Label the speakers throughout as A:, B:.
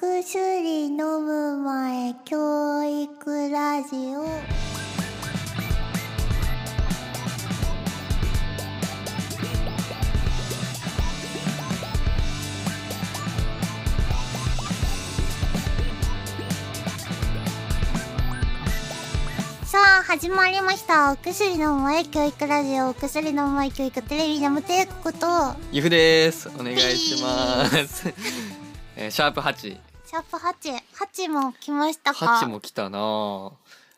A: 薬飲む前教育ラジオさあ始まりましたお薬の前教育ラジオお薬の前教育テレビの無抵抗こと
B: ゆふです。お願いします。 えーシャープ八、
A: シャープ8 8も来ましたか
B: 八も来たなあ。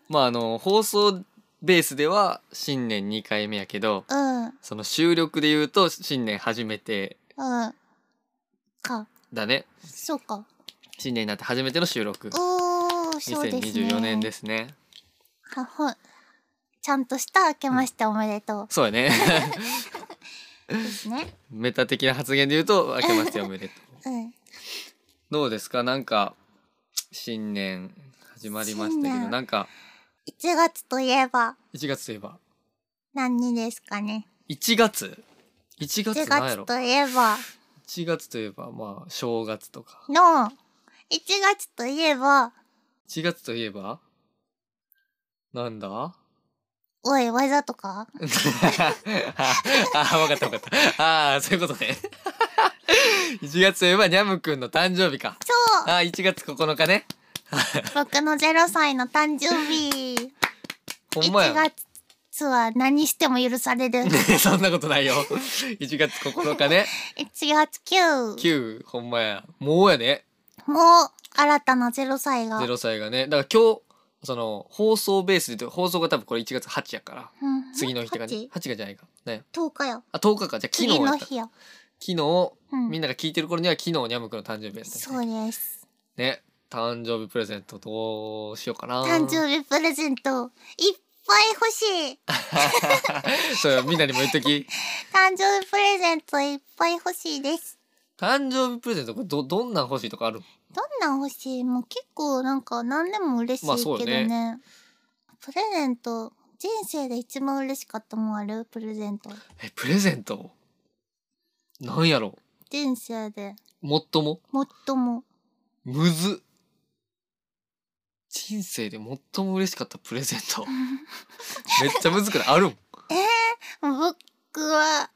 B: まああの放送ベースでは新年二回目やけど、
A: うんうん
B: その収録で言うと新年初めて
A: か
B: だね。
A: そうか
B: 新年になって初めての収録。
A: おー
B: 二
A: そう
B: 千
A: です
B: 二十
A: ね
B: 四年ですね。
A: はほんちゃんとした明けましておめでとう
B: そうやね。
A: ですね。
B: メタ的な発言で言うと明けましておめでとう。
A: うん。
B: どうですかなんか新年始まりまし
A: 新
B: たけど
A: 年
B: なんか
A: 1月といえば
B: 一月といえば
A: 何にですかね。
B: 一月一月
A: 1
B: なんや
A: 月
B: ろ
A: といえば
B: 1月といえばまあ正月とか
A: の、1月といえば、
B: 1月といえばなん だあ
A: おい、技と か
B: あ分かった分かったああそういうことね1月といえばにゃむくんの誕生日か
A: そう
B: ああ1月9日ね
A: 僕の0歳の誕生日。
B: ほんまや
A: 1月は何しても許され る。1
B: そんなことないよ1月9日ね
A: 月9。
B: 9ほんまやもうやね
A: もう、新たな0歳が。
B: 0歳がねだから今日その放送ベースで言うと放送が多分これ1月8やから
A: うん
B: 次の日とか
A: 8
B: 8がじゃないかね
A: 10日よ。
B: あ10日かじゃあ昨日
A: 次
B: や
A: の
B: った
A: 日よ。
B: 昨日
A: うん
B: みんなが聞いてる頃には昨日にゃむくんの誕生日やった
A: そうです。
B: ね誕生日プレゼントどうしようかな
A: 誕生日プレゼント、いっぱい欲しい。
B: 日そうよみんなにも言っ とき
A: 誕生日プレゼントいっぱい欲しいです。
B: 誕生日プレゼントこれどどんなん欲しいとかある
A: どんなん欲しいもう結構なんか何でも嬉しい
B: まあそう
A: け
B: よ
A: ど
B: ね
A: ね。プレゼント、人生で一番嬉しかったもんあるプレゼント。
B: えプレゼントなんやろ
A: 人生で
B: もっとも
A: 最も。
B: むずっ人生で最も嬉しかったプレゼントめっちゃむずくないある ん
A: 僕は、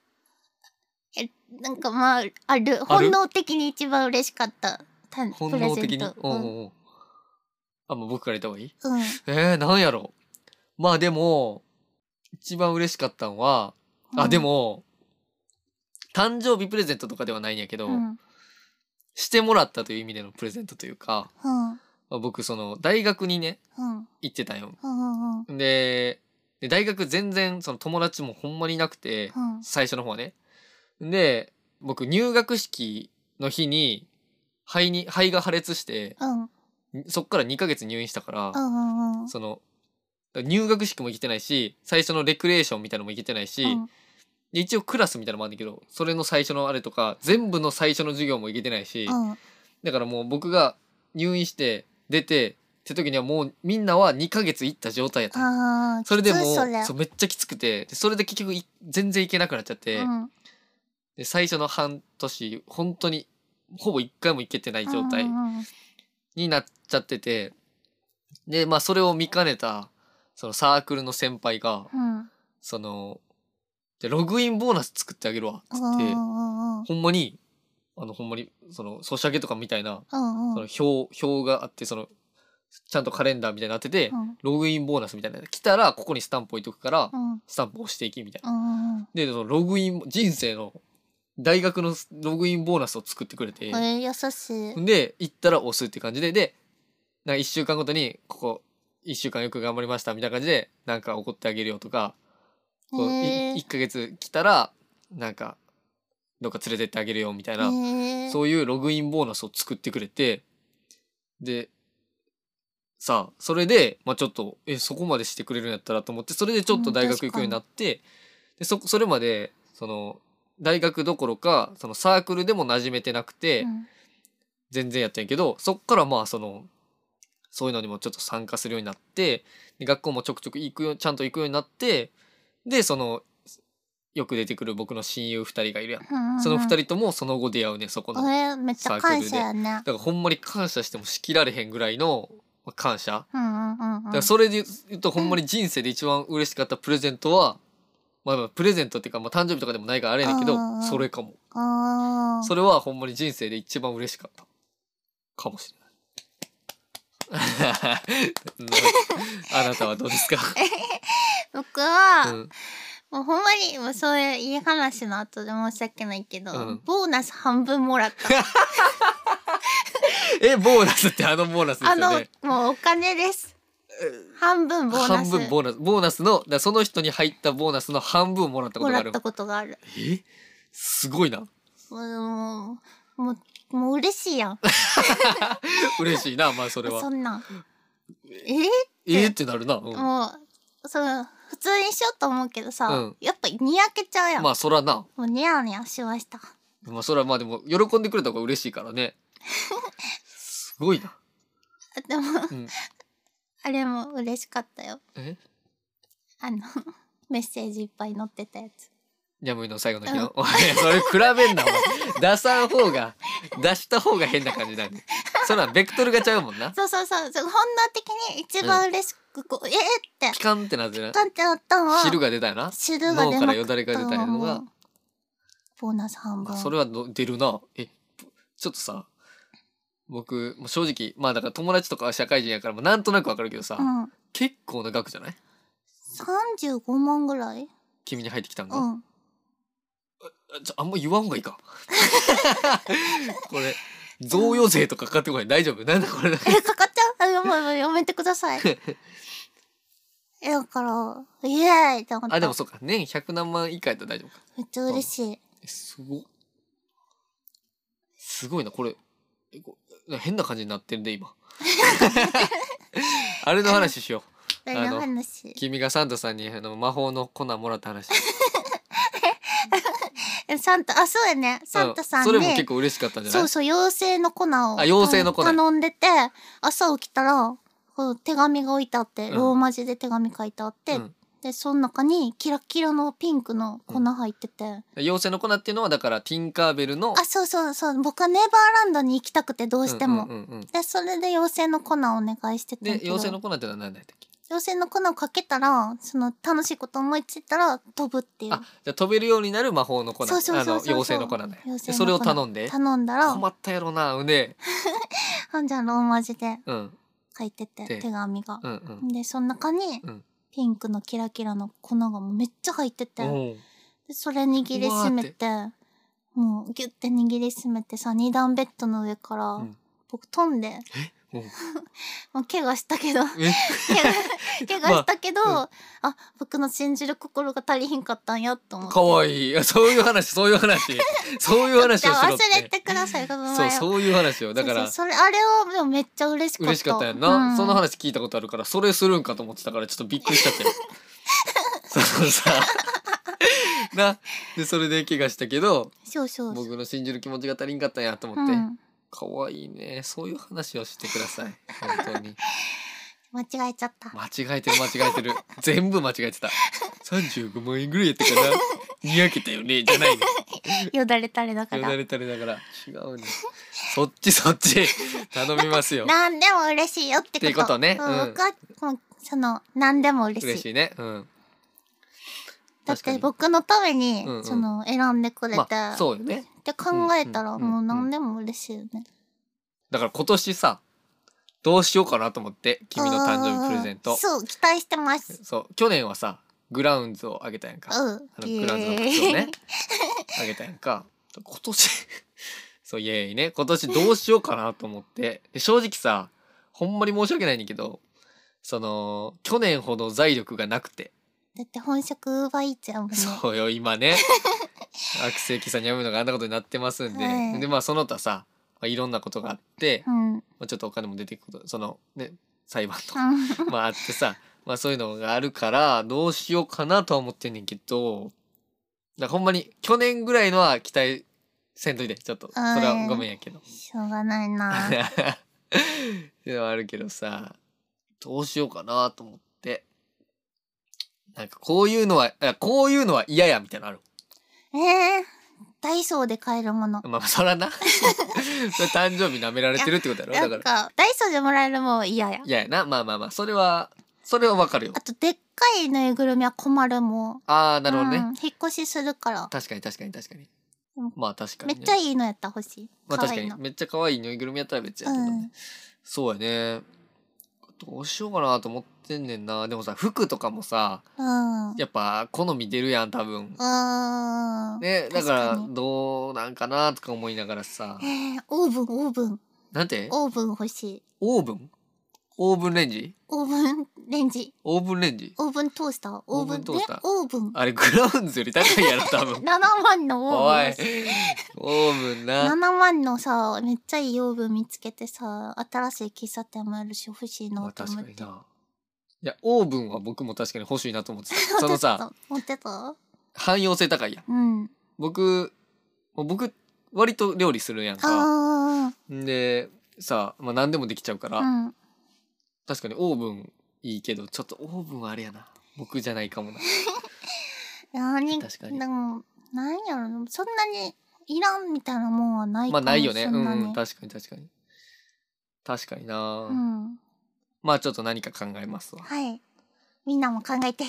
A: え、なんかまあ、ある。
B: ある
A: 本能的に一番嬉しかった。た
B: 本
A: プレ
B: 能
A: ゼ
B: 的
A: ン
B: に
A: ト。
B: おう
A: うん。
B: おうあもう僕から言った方がいい
A: うん。
B: えー、なんやろまあでも、一番嬉しかったのは、
A: う
B: あ、
A: ん
B: で、も、誕生日プレゼントとかではないんやけど、
A: うん。うん。
B: してもらったという意味でのプレゼントというか、まあ、僕その大学にね、
A: うん。
B: 行ってたんよ。
A: うん。うん。
B: で、で大学全然その友達もほんまにいなくて、
A: うん
B: 最初の方はね。で、僕入学式の日に、肺に、肺が破裂して、
A: うん。
B: そっから2ヶ月入院したから、
A: うんうんうん。
B: その入学式も行けてないし最初のレクリエーションみたいなのも行けてないし、
A: うん
B: で一応クラスみたいなのもあるんだけどそれの最初のあれとか全部の最初の授業も行けてないし、
A: うん。
B: だからもう僕が入院して出てって時にはもうみんなは2ヶ月行った状態やったの
A: ああ、
B: それでも
A: きついそれ
B: うそうめっちゃきつくてでそれで結局い全然行けなくなっちゃって、
A: うん
B: で最初の半年本当にほぼ1回も行けてない状態
A: うんうんうん
B: になっちゃっててでまあそれを見かねたそのサークルの先輩が
A: うん
B: そのじゃあログインボーナス作ってあげるわっつ
A: うん
B: っ
A: う
B: て
A: んうん
B: ほんまにあのほんまにそのソシャゲとかみたい
A: う
B: な
A: ん
B: そ
A: うん
B: の表表があってそのちゃんとカレンダーみたいになってて
A: うん
B: ログインボーナスみたいなの来たらここにスタンプ置いとくから
A: うん
B: スタンプ押していきみたいな。
A: うん
B: でそのログイン人生の大学のログインボーナスを作ってくれて。
A: うんえー優しい。
B: で行ったら押すって感じででなんか1週間ごとにここ1週間よく頑張りましたみたいな感じでなんか怒ってあげるよとか、こう
A: へー
B: 1ヶ月来たらなんかどっか連れてってあげるよみたいな、
A: へー
B: そういうログインボーナスを作ってくれてでさあそれで、まあ、ちょっとえそこまでしてくれるんやったらと思ってそれでちょっと大学行くようになって、でそそれまでその大学どころかそのサークルでも馴染めてなくて。
A: うん
B: 全然やったんやけどそっからまあそのそういうのにもちょっと参加するようになってで学校もちょくちょく行くよちゃんと行くようになってでそのよく出てくる僕の親友2人がいるやん。
A: うんうんうん
B: その2人ともその後出会うねそこの。だ
A: えめっちゃ感謝やね
B: からほんまに感謝してもしきられへんぐらいのまあ感謝。
A: うんうんうんうん
B: だからそれで言うとほんまに人生で一番嬉しかったプレゼントは、まあまあプレゼントっていうか、まあ、誕生日とかでもないからあれやねんけど
A: うんうんうん
B: それかも。
A: あー
B: それはほんまに人生で一番嬉しかった。かもしれない。 あなたはどう ですか、
A: 僕
B: う
A: は、
B: ん、
A: もうほんまにもうそういう家話の後で申し訳ないけど、
B: うん
A: ボーナス半分もらった
B: え、ボーナスってあのボーナスです
A: あ
B: よ
A: の
B: ね。
A: もうお金です半分ボーナ
B: 半
A: ス
B: 分ボーナス。ボーナスの、だからその人に入ったボーナスの半分もらったこ
A: も
B: とが
A: ら
B: あ
A: っ
B: る
A: た。ことがある
B: えすごいな。
A: もうもうもうもう嬉しいやん
B: 嬉しいな、まあそれは
A: そ。んなんえ
B: えーってなるな。うん
A: もうその普通にしようと思うけどさ、
B: うん
A: やっぱにやけちゃうやん、
B: まあそらな。
A: もうニヤニヤしました
B: まあそらまあでも、喜んでくれた方が嬉しいからね。すごいな。
A: でも
B: うん。
A: あれも嬉しかったよ
B: え
A: あの メッセージいっぱい載ってたやつ
B: ジャムイの最後の日の、お前それ比べんなお前出さん方が出した方が変な感じなんでそらベクトルがちゃうもんな
A: そうそうそうそう本能的に一番嬉しくこう、えーって
B: ピカンってなってな
A: カンってなったのは
B: 汁が出たよな
A: 汁が出まくった
B: 脳からよだれが出たりとか
A: もうボーナス半
B: まあ
A: 分
B: それはど出るなえちょっとさ僕もう正直まあだから友達とかは社会人やからもうなんとなくわかるけどさ、
A: うん
B: 結構な額じゃない
A: 35万ぐらい
B: 君に入ってきたんが、
A: うん
B: あちょあんま言わん方がいいかこれ贈与税とかかかってこない大丈夫なんだこれだけ
A: えかかっちゃう あやばいやばいやめてくださ いえだからイエーイって思った
B: あでもそうか年100何万以下やったら大丈夫か
A: めっちゃ嬉しい
B: えすごっすごいなこれえこ変な感じになってるで 今あれの話しよ
A: 大
B: あの
A: の話
B: う君がサンタさんにあの魔法の粉もらった話
A: えサンタあそうやね サンタさんに
B: うそれも結構嬉しかったんじゃない
A: そうそう妖精の粉を
B: あ妖精の粉
A: 頼んでて朝起きたらこの手紙が置いてあって、
B: うん
A: ローマ字で手紙書いてあって、
B: うん
A: でその中にキラキラのピンクの粉入ってて、
B: 妖精の粉っていうのはだからティンカーベルの
A: あそうそうそう僕はネバーランドに行きたくてどうしても、
B: うんうんうんうん
A: でそれで妖精の粉をお願いしてて
B: で妖精の粉っていうのは何だったっけ
A: 妖精の粉をかけたらその楽しいこと思いついたら飛ぶっていう
B: あじゃあ飛べるようになる魔法の粉
A: そうそうそうそう
B: あの妖精の粉ね
A: 妖精の粉
B: でそれを頼んで
A: 頼んだら
B: 困ったやろなうんで
A: ほんじゃローマ字で
B: うん
A: 書いてて
B: で
A: 手紙が
B: う、んうん
A: でその中に
B: うん
A: ピンクのキラキラの粉がもうめっちゃ入ってて、
B: おう
A: でそれ握りしめてもうギュッて握りしめてさ二段ベッドの上から、
B: ん
A: 僕飛んで
B: おう
A: もう 怪我したけど
B: え
A: 怪我したけど、あ僕の信じる心が足りひんかったんやと思って
B: かわいいい や。そういう話、そういう話。 そういう話をしろっ
A: ちょっと忘れ
B: て。
A: てくださいこの
B: そう、
A: 前を
B: そういう話を。だか
A: そう
B: ら、
A: そうそれあれをでもめっちゃ嬉しかった
B: 嬉しかったやんな。
A: うん
B: その話聞いたことあるから、それするんかと思ってたから、ちょっとびっくりしち ゃったよ。そうさ。 な。で、それで怪我したけど、
A: そうそうそう
B: 僕の信じる気持ちが足りんかったんやと思って。
A: うん
B: かわいいね。そういう話をしてください。本当に。
A: 間違えちゃった
B: 間違えてる、間違えてる。全部間違えてた。35万円ぐらいやったかな。にやけたよね、じゃないの。
A: よだれたれだか
B: よ
A: ら
B: だれ垂れだから違うねそっちそっち頼みますよ
A: なんでも嬉しいよってこと
B: っていうことね
A: うん
B: うん
A: 僕はもうその何でも嬉しい
B: 嬉しいねうん
A: だっ
B: 確か
A: て
B: に
A: 僕のために、
B: うんうん
A: その選んでくれて、
B: まあそうよね
A: って考えたら
B: うんうん
A: もう何でも嬉しいよね、
B: だから今年さどうしようかなと思って君の誕生日プレゼン
A: う
B: ト
A: んそう期待してます
B: そう去年はさグラウンズをあげたやんかあ
A: うん
B: のグラウンズの靴をねあげたやんか今年 そうイエーイね今年どうしようかなと思ってで正直さほんまに申し訳ないねんだけどその去年ほど財力がなくて
A: だって本職ウーバーイーツやもんね
B: そうよ今ね悪性喫茶にやむのがあんなことになってますんで、
A: はい
B: でまあその他さ、まあ、いろんなことがあって、ま
A: うん、うん、
B: あ、ちょっとお金も出てくることそのね裁判とか まああってさ、まあ、そういうのがあるからどうしようかなとは思ってんねんけどだからほんまに去年ぐらいのは期待せんといてちょっとそれはごめんやけど。
A: しょうがない な
B: っていうのはあるけどさどうしようかなと思ってなんかこういうのはあこういうのは嫌やみたいなのある
A: ええダイソーで買えるもの。
B: まあそらな それ誕生日舐められてるってことやろ
A: な
B: だか
A: ん
B: ら
A: か、ダイソーでもらえるもん嫌や。
B: いややなまあまあまあそれはそれはわかるよ
A: あと、でっかいぬいぐるみは困るもん。
B: ああなるほどね、
A: うん引っ越しするから。
B: 確かに確かに確かに
A: うん
B: まあ確か
A: め
B: に、
A: っ
B: ね、
A: ちゃいいのやったら欲しい。
B: まあ
A: 可
B: 確か
A: 愛い
B: に
A: の。
B: めっちゃ可愛いぬいぐるみやったら別やけどね、
A: うん確
B: そうやねどうしようかなと思ってんねんなでもさ服とかもさ
A: うん。
B: やっぱ好み出るやん多分
A: うーん。
B: ねだ
A: 確
B: か
A: からに
B: どうなんかなとか思いながらさ
A: えー、オーブン、オーブン。
B: なんて
A: オーブン欲しい。
B: オーブンオーブンレンジ
A: オーブンレンジ。
B: オーブンレンジ
A: オーブントースター。オーブン
B: オーブントースター
A: えオーブン。
B: あれグラウンズより高い やろ多分
A: 7万のオー
B: お
A: ブン
B: い
A: 欲しい。
B: オーブン
A: 7
B: な、
A: 万のさ、めっちゃいいオーブン見つけてさ、新しい喫茶店もあるし欲しい
B: ま
A: な
B: あ、
A: と
B: 確
A: 思
B: か
A: っ
B: に
A: て。
B: ないやオーブンは僕も確かに欲しいなと 思ってたそのさ
A: 持ってた。持って
B: 汎用性高いやん
A: たうん。
B: 僕もう僕割と料理するやんか
A: あ
B: でさ、まあ、何でもできちゃうから、
A: あ。うん。
B: 確かにオーブンいいけどちょっとオーブンはあれやな僕じゃないかもな
A: 何
B: 確かに
A: でも、なんやろな、そんなにいらんみたいなもんはない
B: まあないよね
A: か
B: う
A: もそ
B: ん、
A: なに
B: 確かに確かに確かにな、
A: うん。
B: まあちょっと何か考えますわ
A: はい。みんなも考えて。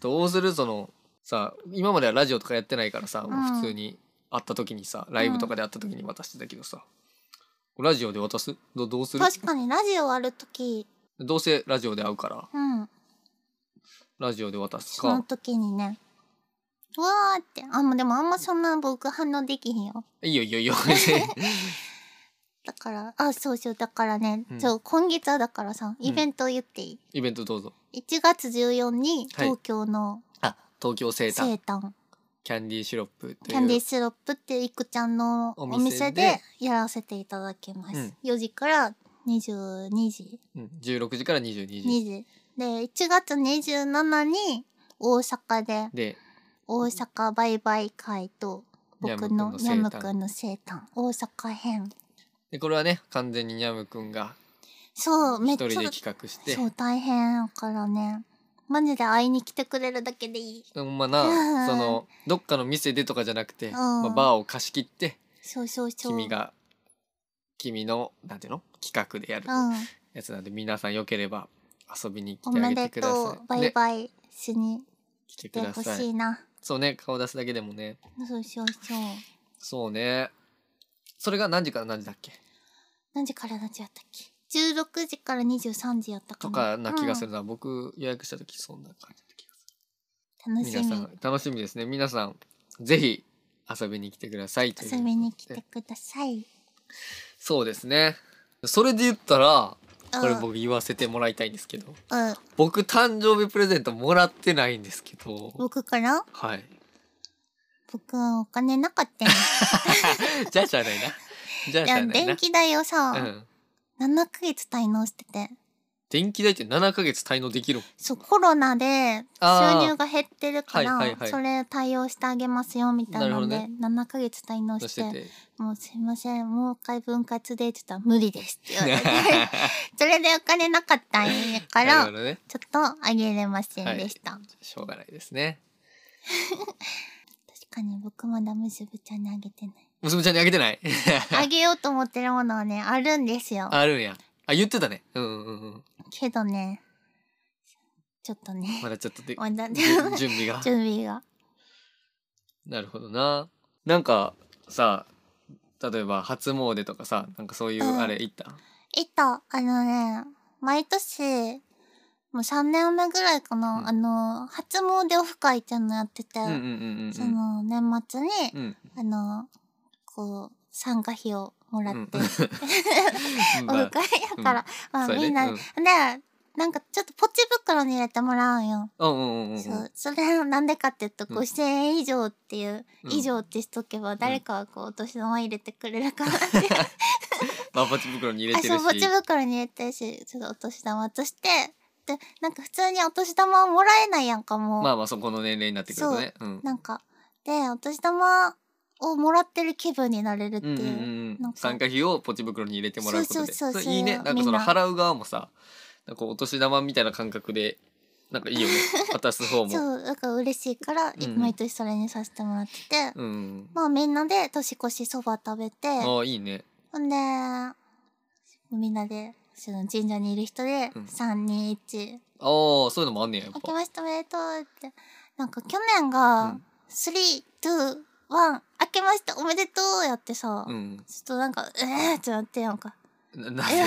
B: どうするそのさ今まではラジオとかやってないからさ、もう
A: うん
B: 普通に会った時にさライブとかで会った時に渡してたけどさ、ラジオで渡すどどうする
A: 確かにラジオあるとき、
B: どうせラジオで会うから
A: うん。
B: ラジオで渡す
A: その
B: か
A: 時にね。うわーって。あ、もうでもあんまそんな僕反応できへんよ。
B: いいよいいよ いいよ
A: だから、あ、そうそう。だからね、
B: うん
A: そう、今月はだからさ、イベントを言っていい、
B: イベントどうぞ
A: ?1 月14に
B: はい
A: 東京の
B: あ東京生
A: 生
B: 誕
A: 誕、
B: キャンディーシロップと
A: キャンデ
B: い
A: ィ
B: う
A: ーシロップっていくちゃんのお
B: お
A: 店
B: 店で
A: でやらせていただきます。
B: うん
A: 4時から22時。
B: うん16時から22時
A: 2時。で、1月27に大阪で
B: で
A: 大阪バイバイ会と僕のニャ
B: ニャ
A: ム
B: ム
A: く
B: く
A: んの生誕大阪編
B: でこれはね完全ににゃむくんが
A: そうめ
B: 一
A: っち
B: 人で
A: ゃ
B: 企画して
A: そう大変やからねマジで会いに来てくれるだけでいい
B: ほんま
A: うん
B: なそのどっかの店でとかじゃなくて、
A: ん
B: まあ、バーを貸し切って
A: そうそうそう
B: 君が君のなんていうの企画でやる
A: うん
B: やつなんで皆さんよければ遊びに来
A: お
B: てあ
A: め
B: げて
A: で
B: くだ
A: とう
B: さい。
A: バイ
B: ね
A: バイしに
B: 来て
A: 来て
B: くだ
A: ほ
B: さ
A: し
B: い。
A: いな
B: そうね顔出すだけでもね
A: そうそうそう
B: そうねそれが何時から何時だっけ
A: 何時から何時やったっけ16時から23時やったか
B: と
A: な
B: かな気がす
A: る、
B: るな、僕予約した時そんな感じだった気がす
A: うん楽し
B: る皆さ
A: み
B: ん楽しみですね皆さんぜひ遊びに来てくださいという
A: 遊びに来てください
B: そうですねそれで言ったらこれ
A: うん
B: 僕言わせてもらいたいんですけど
A: うん
B: 僕誕生日プレゼントもらってないんですけど
A: 僕から
B: はい
A: 僕お金なかったよ
B: じゃあしゃあないなじゃあ
A: い
B: しゃ
A: や
B: あないな
A: 電気代を
B: う
A: さ、
B: ん、
A: 7ヶ月滞納してて
B: 電気代って7ヶ月滞納できる
A: そうコロナで
B: あー
A: 収入が減ってるから、
B: はいはいはい
A: それ対応してあげますよみたいなので
B: なる
A: 7ヶ月滞納
B: と
A: し
B: しててて
A: もうすいませんもう一回分割で」って言ったら「無理です」って 言われてそれでお金なかったんやか
B: な
A: ら
B: るほどね
A: ちょっとあげれませんでした、
B: しょうがないですね
A: 確かに僕まだむしぶちゃんにあげて ない
B: 娘ちゃんにあげてない
A: あげようと思ってるものはねあるんですよ
B: あるんやあ言ってたねうんうんうん
A: けどねちょっとね
B: まだちょっとで
A: まだ
B: じ準備が
A: 準備が
B: なるほどななんかさ例えば初詣とかさなんかそういう
A: うん
B: あれ行った、
A: えっと、あのね、毎年、もう3年目ぐらいかな、
B: うん
A: あの、初詣オフ会っていうのやってて、
B: うん、うんうん
A: そ
B: うん
A: の年末に、
B: うんうん
A: あの、こう、参加費をもらっ
B: うん
A: て、
B: うん
A: オ
B: まあ
A: フ会やから、まあ
B: そうやね
A: みんな、
B: うん
A: で、なんかちょっとポチ袋に入れてもらうんよ。
B: うんうんうんうん
A: そうそれはなんでかって言うと
B: うん
A: 5,000円以上っていう、
B: うん
A: 以上ってしとけば誰かがこうお年玉入れてくれるから
B: まあポチ袋に入れて
A: あ
B: る
A: そう、ポ
B: し
A: チ袋に入れてるし、ちょっとお年玉として、で、なんか普通にお年玉もらえないやんか、もう。
B: まあまあそこの年齢になってくるとねうん
A: なんか、で、お年玉をもらってる気分になれるって
B: うんうんう
A: いう。
B: ん
A: な
B: うんん
A: か
B: 参加費をポチ袋に入れてもらうことで
A: そうそうそうそう
B: れいいねなんか
A: みん
B: そ
A: な
B: の払う側もさなんかこうお年玉みたいな感覚でなんかいいよね渡す方
A: そ
B: も
A: う、だから嬉しいから、
B: うん
A: 毎年それにさせてもらってて、
B: うん
A: まあみんなで年越しそば食べて、
B: ああいいね
A: ほんで、みんなで、その神社にいる人で、
B: うん
A: 3、2、1、
B: ああそういうのもあんねややっ
A: 明け
B: ぱ
A: ましておめでとうって。なんか去年が
B: うん、
A: 3、2、1、明けましておめでとうやってさ、
B: うん
A: ちょっとなんか、えーってなってやんか。
B: ななんでなんで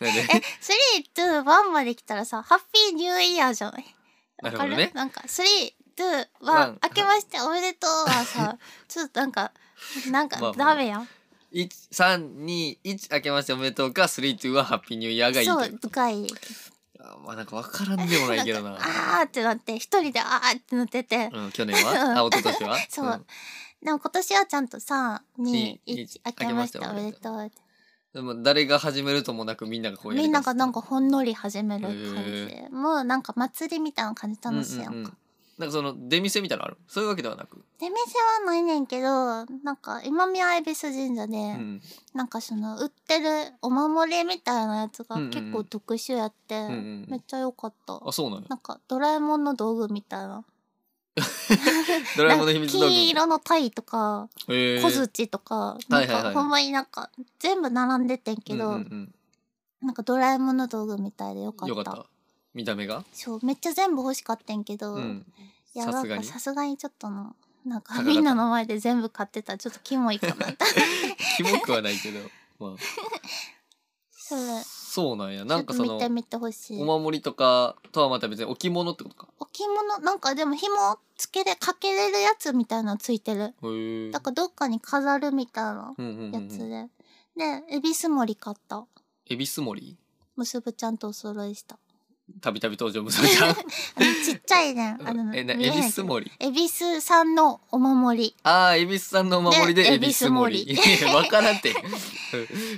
A: え、3、2、1まで来たらさ、ハッピーニューイヤーじゃない
B: な
A: わ
B: る
A: か
B: ほ
A: る
B: どね
A: なんか、3、2、
B: ワ
A: 1
B: ン、
A: 明けましておめでとうは さ、ちょっとなんか、なん
B: ま
A: か
B: あまあ
A: ダメやん。
B: 131明けましておめでとうか321はハッピーニューイヤーがいい
A: そ、
B: というう
A: 深い。
B: あまあなんかわからんでもないけどな
A: あーってなって、一人であーってなってて。
B: うん去年はあ一昨年は
A: そうんでも今年はちゃんと3、2、
B: に
A: 1、明けましておめでとうって。
B: でも誰が始めるともなくみんながこうやり
A: みんながなん
B: か
A: かほんのり始める感じ
B: へ
A: で。もうなんか祭りみたいな感じ楽しいやんか。
B: なんかその出店みたいなのあるそういうわけではなく、
A: 出店はないねんけど、なんか今宮恵比寿神社で、
B: うん
A: なんかその売ってるお守りみたいなやつが結構特殊やって、
B: んうん
A: めっちゃ良かった。
B: あそうなの
A: なんかドラえもんの道具みたいな。
B: ドラえもんの秘密道具
A: なんか金色のタイとか、
B: へー
A: 小槌とか、なん
B: はいはいはい
A: かほんまになんか全部並んでてんけど、
B: うんうん
A: なんかドラえもんの道具みたいでよ
B: う
A: かっ
B: ん、よ
A: た。
B: かった見た目が
A: そう、めっちゃ全部欲しかったんけど、
B: うん
A: いや
B: さ
A: な
B: す
A: ん
B: が
A: か
B: に
A: さすがにちょっとの、なん
B: 高か
A: か
B: った
A: みんなの前で全部買ってたらちょっとキモい かなって。
B: キモくはないけどまあ
A: そう
B: そうなんや
A: ち
B: な
A: ょっ
B: んか
A: と
B: そ
A: 見
B: の
A: てみてほしい。
B: お守りとかとはまた別に置物ってことか
A: 置物なんかでも紐つけれかけれるやつみたいなのついてる
B: へー
A: だからどっかに飾るみたいな
B: うんうんう
A: や
B: ん
A: つ
B: うん
A: で、で恵比寿森買った
B: 恵比寿森
A: 結ぶちゃんとお揃いした
B: たびたび登場むさみちゃ
A: あ
B: ん
A: のちっちゃいね あの
B: えな
A: 見え
B: 恵
A: へんけ
B: 比
A: ど
B: 寿森
A: 恵比寿さんのお守り
B: ああ恵比寿さんのお守りで
A: で
B: 恵比寿森
A: 恵
B: わからん て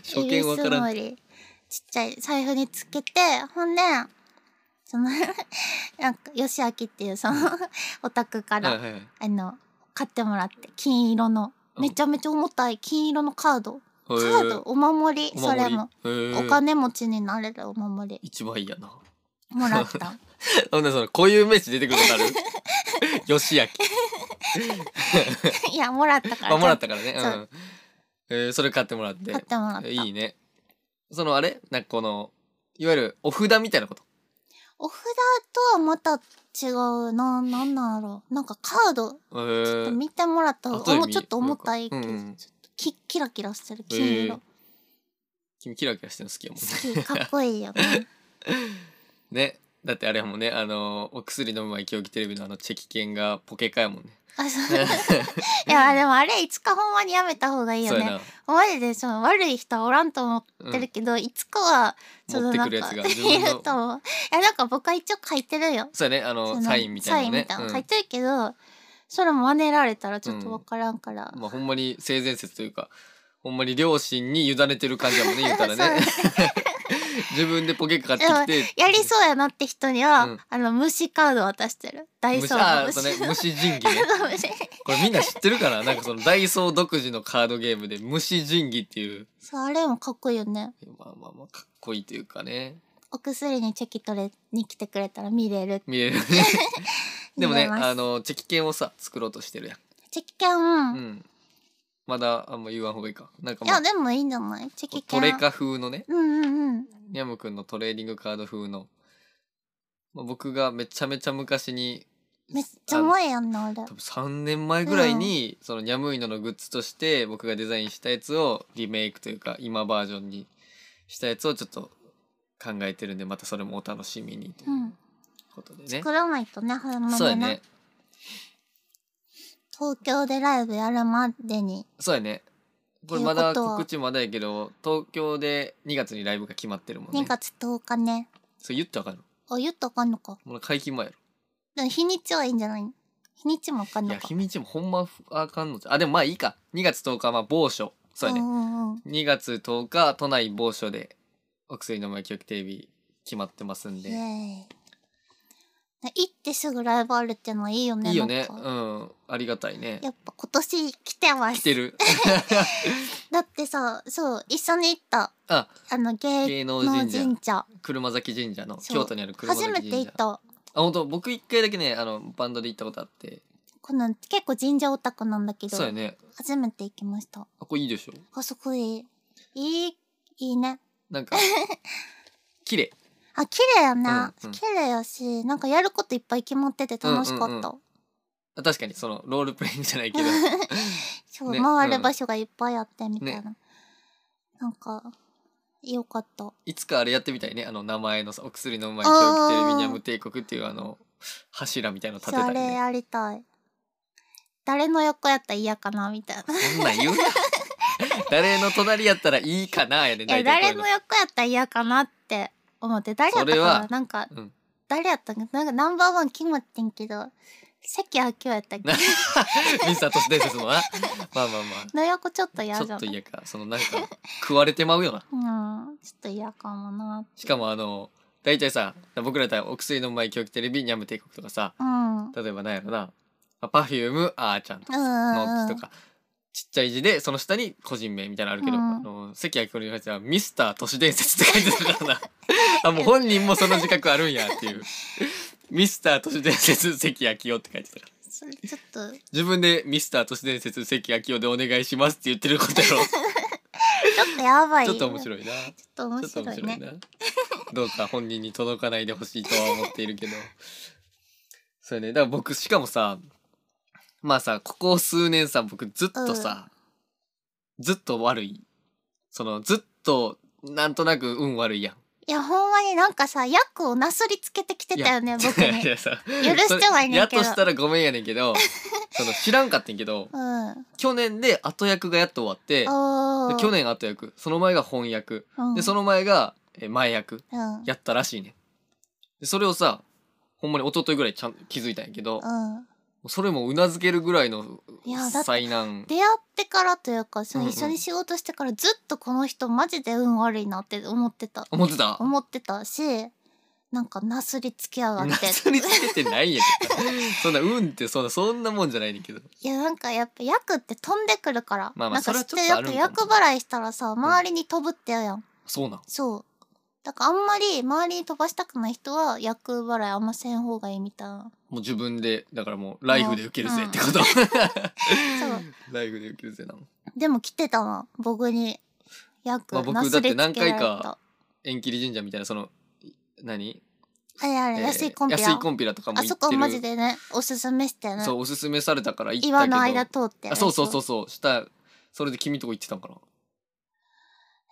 B: 初見わからん
A: 恵比寿森ちっちゃい財布につけてほんでその なんかよしあきっていうそのオタクから、
B: はいはいはい
A: あの買ってもらって金色の
B: うん
A: めちゃめちゃ重たい金色のカードカードお守り
B: お
A: そ
B: 守り
A: れも
B: へ
A: お
B: ー
A: 金持ちになれるお守り
B: 一番いいやな
A: もらった
B: ほんでその固有名詞出てくるのあ るよしあき
A: いやもらったから
B: あもらったからねう
A: そうん
B: えーそれ買ってもらって
A: 買ってもらった
B: いいねそのあれなんかこのいわゆるお札みたいなこと
A: お札とはまた違うななんなんだろうなんかカード
B: へー
A: 見てもらった方
B: 後で
A: が
B: 見
A: おもちょっと重たいけど、
B: うんうん
A: ちょっとキキラキラしてる金色、
B: へー君キラキラしてるの好きやもんね
A: 好きかっこいいよ ね
B: ねだってあれやもんねあのお薬飲む前狂気テレビのあのチェキ犬がポケカやもんね
A: あそういやでもあれいつかほんまにやめた方がいいよ
B: そうや
A: ね
B: な
A: マジでその悪い人はおらんと思ってるけど、いつかはちょっとなんか
B: 持ってくるやつが
A: い
B: 自分の
A: ると思ういやなんか僕は一応書いてるよ
B: そうやねあ
A: そ
B: の
A: の
B: サインみたいな
A: サイン
B: ね
A: みたいなの
B: うん
A: 書いてるけど、それも真似られたらちょっとわからんから、
B: まあほんまに性善説というかほんまに両親に委ねてる感じやもんね言うた ら
A: そう
B: ね 自分でポケカ買ってきて
A: やりそうやなって人には、
B: うん
A: あの虫カード渡してるダイ
B: 虫
A: ソー
B: あ
A: の
B: ーそう
A: 虫
B: ね虫神器ね
A: 虫
B: これみんな知ってるかななんかそのダイソー独自のカードゲームで虫神器っていう
A: そうあれもかっこいいよね
B: まあまあまあかっこいいというかね
A: お薬にチェキ取れに来てくれたら見れる
B: 見 れるねでもね
A: 見れます
B: あのチェキ犬をさ作ろうとしてるやん
A: チェキ券、
B: うん。まだあんま言わん方がいいか。なんか
A: い
B: ま
A: や
B: あ、
A: でもいいんじゃないチェキ
B: ト
A: 券
B: レカ風のね、
A: うんうんうん
B: ニャムくんのトレーディングカード風の、まあ、僕がめちゃめちゃ昔に、
A: めっちゃ前やんなあれ
B: 多分3年前ぐらいに、そのニャムイノのグッズとして僕がデザインしたやつをリメイクというか今バージョンにしたやつをちょっと考えてるんでまたそれもお楽しみにといううんことでね
A: 作、らないとね、ほんま
B: そうや
A: にね
B: ね。
A: 東京でライブやるまでに。
B: そうやねこれま
A: とい
B: だ
A: うことは
B: 告知まだやけど東京で2月にライブが決まってるもん
A: 2
B: ね
A: 月10日ね。
B: そう言ったらあかんの
A: あ、言ったらあかんのか。
B: もう解禁前やろ
A: でも日にちはいいんじゃない日にちもあかん
B: い
A: の
B: や
A: か。
B: 日にちもほんまあかんのじゃあでもまあいいか2月10日はまあ某所そうや
A: う
B: ね
A: んうんうん
B: 2月10日都内某所でお薬の前記憶テレビ決まってますん
A: イ
B: で、
A: エーイ。で行ってすぐライブあるってのはいいよね。
B: いいよね
A: なんか
B: うんありがたいね
A: やっぱ今年来てま
B: 来
A: す。
B: てる
A: だってさ、そう、一緒に行った、
B: あ
A: あの、芸
B: 芸能
A: 能
B: 神社
A: 神社。
B: 車崎神社の
A: そう
B: 京都にある車崎
A: 初
B: 神社
A: めて行った。
B: あ本当僕一回だけねあのバンドで行ったことあって
A: この結構神社オタクなんだけど
B: そうやね
A: 初めて行きました
B: あこれいいでしょ
A: あそこいいいいいいね
B: な んか綺麗
A: あ綺麗やね、
B: うんうん
A: 綺麗やしなんかやることいっぱい決まってて楽しかった、
B: うんうんうんあ確かにそのロールプレイングじゃない けど
A: そう、
B: ね
A: 回
B: う
A: る
B: ん
A: 場所がいっぱいあってみたいな、
B: ね
A: なんかよかった
B: いつかあれやってみたいねあの名前のさお薬のうまい狂気テレビニアム帝国っていうあの柱みたいの立て
A: そう
B: た
A: あ
B: り、
A: れ
B: ね、
A: やりたい誰の横やったら嫌かなみたいな
B: そんなん言うな 誰の隣やったらいいかなやね
A: いや
B: 大体
A: 誰
B: こ
A: の
B: ういうの
A: 横やったら嫌かなって思って誰やった
B: それ
A: かな
B: は
A: なんか、
B: うん
A: 誰やったかなんかナンバーワン決まってんけど関明夫やったっけ
B: なミスター都市伝説のなまあまあ
A: の横ちょっと
B: ま
A: 嫌
B: あ
A: じ
B: ちょ
A: ゃん
B: っと嫌かそのなんか食われてまうよな
A: うんちょっと嫌かもな
B: しかもあの大体さ僕らだったらお薬のうまい狂気テレビニャム帝国とかさ
A: うんうん
B: 例えばなんやろなパフュームあーちゃんとか
A: うん
B: の
A: う
B: と
A: ん
B: かちっちゃい字でその下に個人名みたいなのあるけど、
A: うん
B: あの関明子に書いては「ミスター都市伝説」って書いて たからなあもう本人もその自覚あるんやっていう「ミスター都市伝説関明夫」って書いてたから
A: それちょっとち
B: 自分で「ミスター都市伝説関明夫でお願いします」って言ってること やろ
A: ょっとやばい
B: ち
A: よ
B: ょっと面白いな
A: ちょっと面
B: ちょっと
A: 白い
B: 面白い
A: ね
B: などうか本人に届かないでほしいとは思っているけど そうねだから僕しかもさまあさここ数年さ僕ずっとさ、ずっと悪いそのずっとなんとなく運悪いやん
A: いやほんまになんかさ役をなすりつけてきてたよね
B: いや
A: 僕
B: い
A: に
B: やさ
A: しちゃはいねんけど
B: それやっとしたらごめんやねんけどその知らんかってんけど
A: うん
B: 去年で後役がやっと終わって
A: お
B: で
A: ー
B: 去年後役その前が翻訳
A: うん
B: でその前がえー前役
A: うん
B: やったらしいねんでそれをさほんまに一昨日ぐらいちゃん気づいたんやけど
A: うんそ
B: それもうなずけるぐらいの
A: いやだって
B: 災難
A: 出会ってからというかその
B: うんうん
A: 一緒に仕事してからずっとこの人マジで運悪いなって思ってた
B: 思ってた
A: 思ってたしなんかなすりつきやがっ
B: な
A: て
B: すりつけてないんや けどそんな運ってそんなそんなもんじゃないねんけど
A: いやなんかやっぱ役って飛んでくるから、
B: まあま
A: な
B: あ
A: んか
B: それ
A: 知っ
B: は
A: てる
B: ちょっとあ
A: よ
B: る
A: く
B: んかも
A: 役払いしたらさ周りに飛ぶってややん、
B: そうなん
A: そうだからあんまり周りに飛ばしたくない人は役払いあんません方がいいみたいな
B: もう自分でだからもうライフで受けるぜってこと、 ライフで受けるぜな
A: でも来てたな僕に役
B: まあ僕
A: なすりつけら
B: だ
A: れ
B: って
A: た、
B: 何回か縁切り神社みたいなその何、
A: あれあれ、
B: えー
A: 安いコンピラ
B: 安いコンピラとかも行
A: あ
B: ってる
A: そこマジでねおすすめしてね
B: そうおすすめされたから行ったけど
A: 岩の間通ってね、
B: あそうそうそうそうしたそれで君んとこ行ってたんかな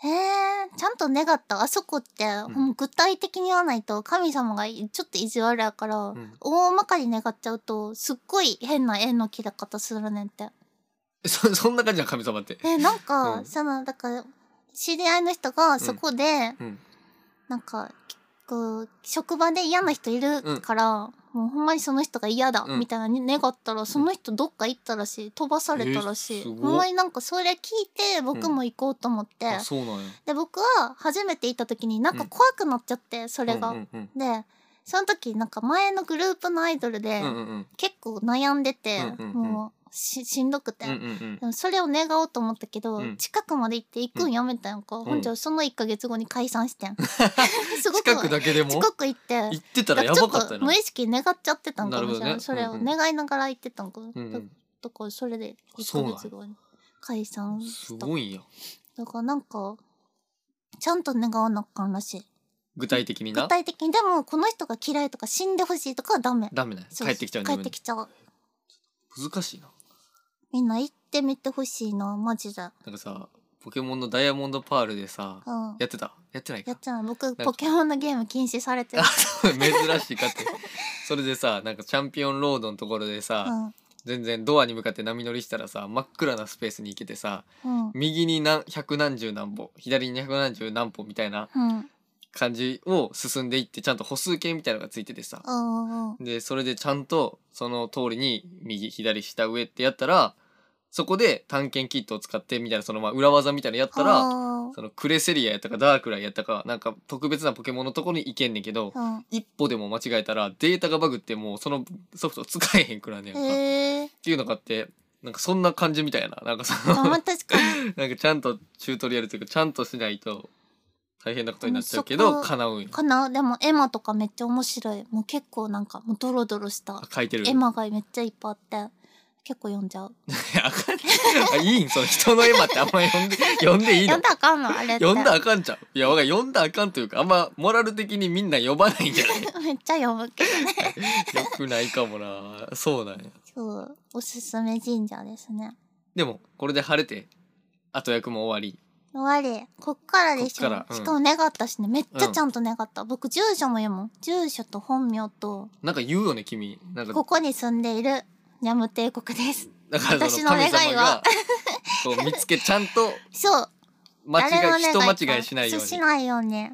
A: へえちゃんと願ったあそこって、
B: ん
A: もう具体的に言わないと神様がちょっと意地悪やから、
B: ん
A: 大まかに願っちゃうとすっごい変な縁の切れ方するねんって
B: そそんな感じなの神様って。
A: えなんか、
B: うん
A: そのだから知り合いの人がそこで、
B: うん、
A: なんかこう職場で嫌な人いるから、もうほんまにその人が嫌だ、
B: うん
A: みたいなに願ったらその人どっか行ったらしい飛ばされたらしい、
B: えすごっ
A: ほんまになんかそれ聞いて僕も行こうと思って、
B: あそうなんや。
A: で僕は初めて行った時になんか怖くなっちゃって、そ
B: そ
A: れが、
B: うんうん
A: でその時なんか前のグループのアイドル
B: う
A: で
B: んうんうん
A: 結構悩んでて、
B: うんうんうん
A: もうししんどくて、
B: うんうん
A: でもそれを願おうと思ったけど、
B: うん
A: 近くまで行って行くんやめたやんか、
B: ん
A: ほんじゃその1か月後に解散して んす
B: うん
A: ごく
B: 近くだけでも
A: 近く行って
B: 行ってたらや
A: ちょ
B: ば
A: っ
B: かった
A: と
B: よな
A: 無意。識願っちゃってたんかもしれ
B: な
A: ない、
B: るほどね
A: それを
B: うんうん
A: 願いながら行ってたんか、
B: うんうん
A: だからそれで
B: そう
A: 1か
B: なんや
A: 月後に解散
B: す
A: した
B: ごいんや。
A: だからなんかちゃんと願わなあかんらしい
B: 具体的に
A: 具
B: な。
A: 体的にでもこの人が嫌いとか死んでほしいとかはダメ
B: ダメだよ。
A: そう
B: 帰ってきちゃう
A: 帰っ
B: 自分
A: て
B: に
A: きちゃう
B: 難しいな。
A: みんな行ってみてほしいなマジで
B: なんかさポケモンのダイヤモンドパールでさ
A: うん
B: やってたやってない
A: やっ。
B: か
A: ちゃう僕ポケモンのゲーム禁止されてる
B: あそう 珍しいかって。それでさなんかチャンピオンロードのところでさ、全然ドアに向かって波乗りしたらさ真っ暗なスペースに行けてさ
A: うんうん
B: 右に何百何十何歩左に百何十何歩みたいな
A: うん
B: 感じを進んでいってちゃんと歩数計みたいなのがついててさ
A: うんうん
B: でそれでちゃんとその通りに右左下上ってやったらそこで探検キットを使ってみたいなそのまあ裏技みたいなのやった
A: う
B: ら
A: ん
B: そのクレセリアやったかダークライやったかなんか特別なポケモンのとこに行けんねんけど
A: うん
B: 一歩でも間違えたらデータがバグってもうそのソフト使えへんくらいねんか、っ
A: へえ
B: ていうのがあってなんかそんな感じみたいななんかそ
A: ま
B: の
A: あ確かに
B: なんかちゃんとチュートリアルというかちゃんとしないと大変なことになっちゃうけ
A: う
B: ど
A: んそっか
B: 叶うんよ
A: かなでもエマとかめっちゃ面白いもう結構なんかもうドロドロした
B: あ書いてる
A: エマがめっちゃいっぱいあって結構読んじゃう
B: あかんあいいんその人の絵馬ってあんま読んで読んでいい
A: 読
B: の
A: んだらあかんのあれって
B: 読んだらあかんちゃういやわかる読んだらあかんというかあんまモラル的にみんな呼ばないんじゃない
A: めっちゃ読むけど ね
B: よくないかもなそうなんや
A: そうおすすめ神社ですね
B: でもこれで晴れて後役も終わり
A: 終わりこっからでしょ
B: こっからうん
A: しかも願ったしねめっちゃちゃんと願った、僕住所も言うもん住所と本名と
B: なんか言うよね君なんか
A: ここに住んでいるニャム帝国です
B: だからそ
A: 私
B: の
A: の願
B: 神
A: いは
B: 様がこう見つけちゃんと
A: そう
B: 間違い
A: 誰
B: 人
A: の願
B: 間違いしないよ
A: そうし
B: う
A: ないように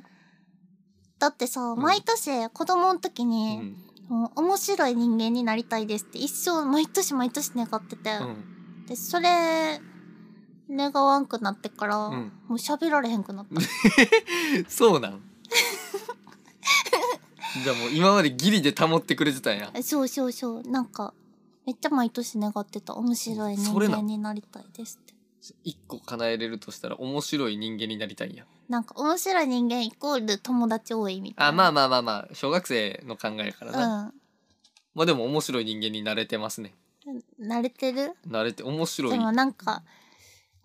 A: だってさ、
B: ん
A: 毎年子供の時
B: に
A: に、もう面白い人間になりたいですって一生毎年毎年願ってて、
B: うんうん
A: でそれ願わんくなってから、
B: うん
A: もう喋られへんくなった
B: そ うなんじゃあもう今までギリで保ってくれてたんや
A: えそうそうそうなんかめっちゃ毎年願ってた面白い人
B: それな
A: 間になりたいですって
B: 一個叶えれるとしたら面白い人間になりたいんや
A: なんか面白い人間イコール友達多いみたいな
B: あまあまあまあまあ小学生の考えやからな、
A: うん
B: まあでも面白い人間になれてますね
A: 慣れてる
B: 慣れて面白
A: で
B: い
A: もなんか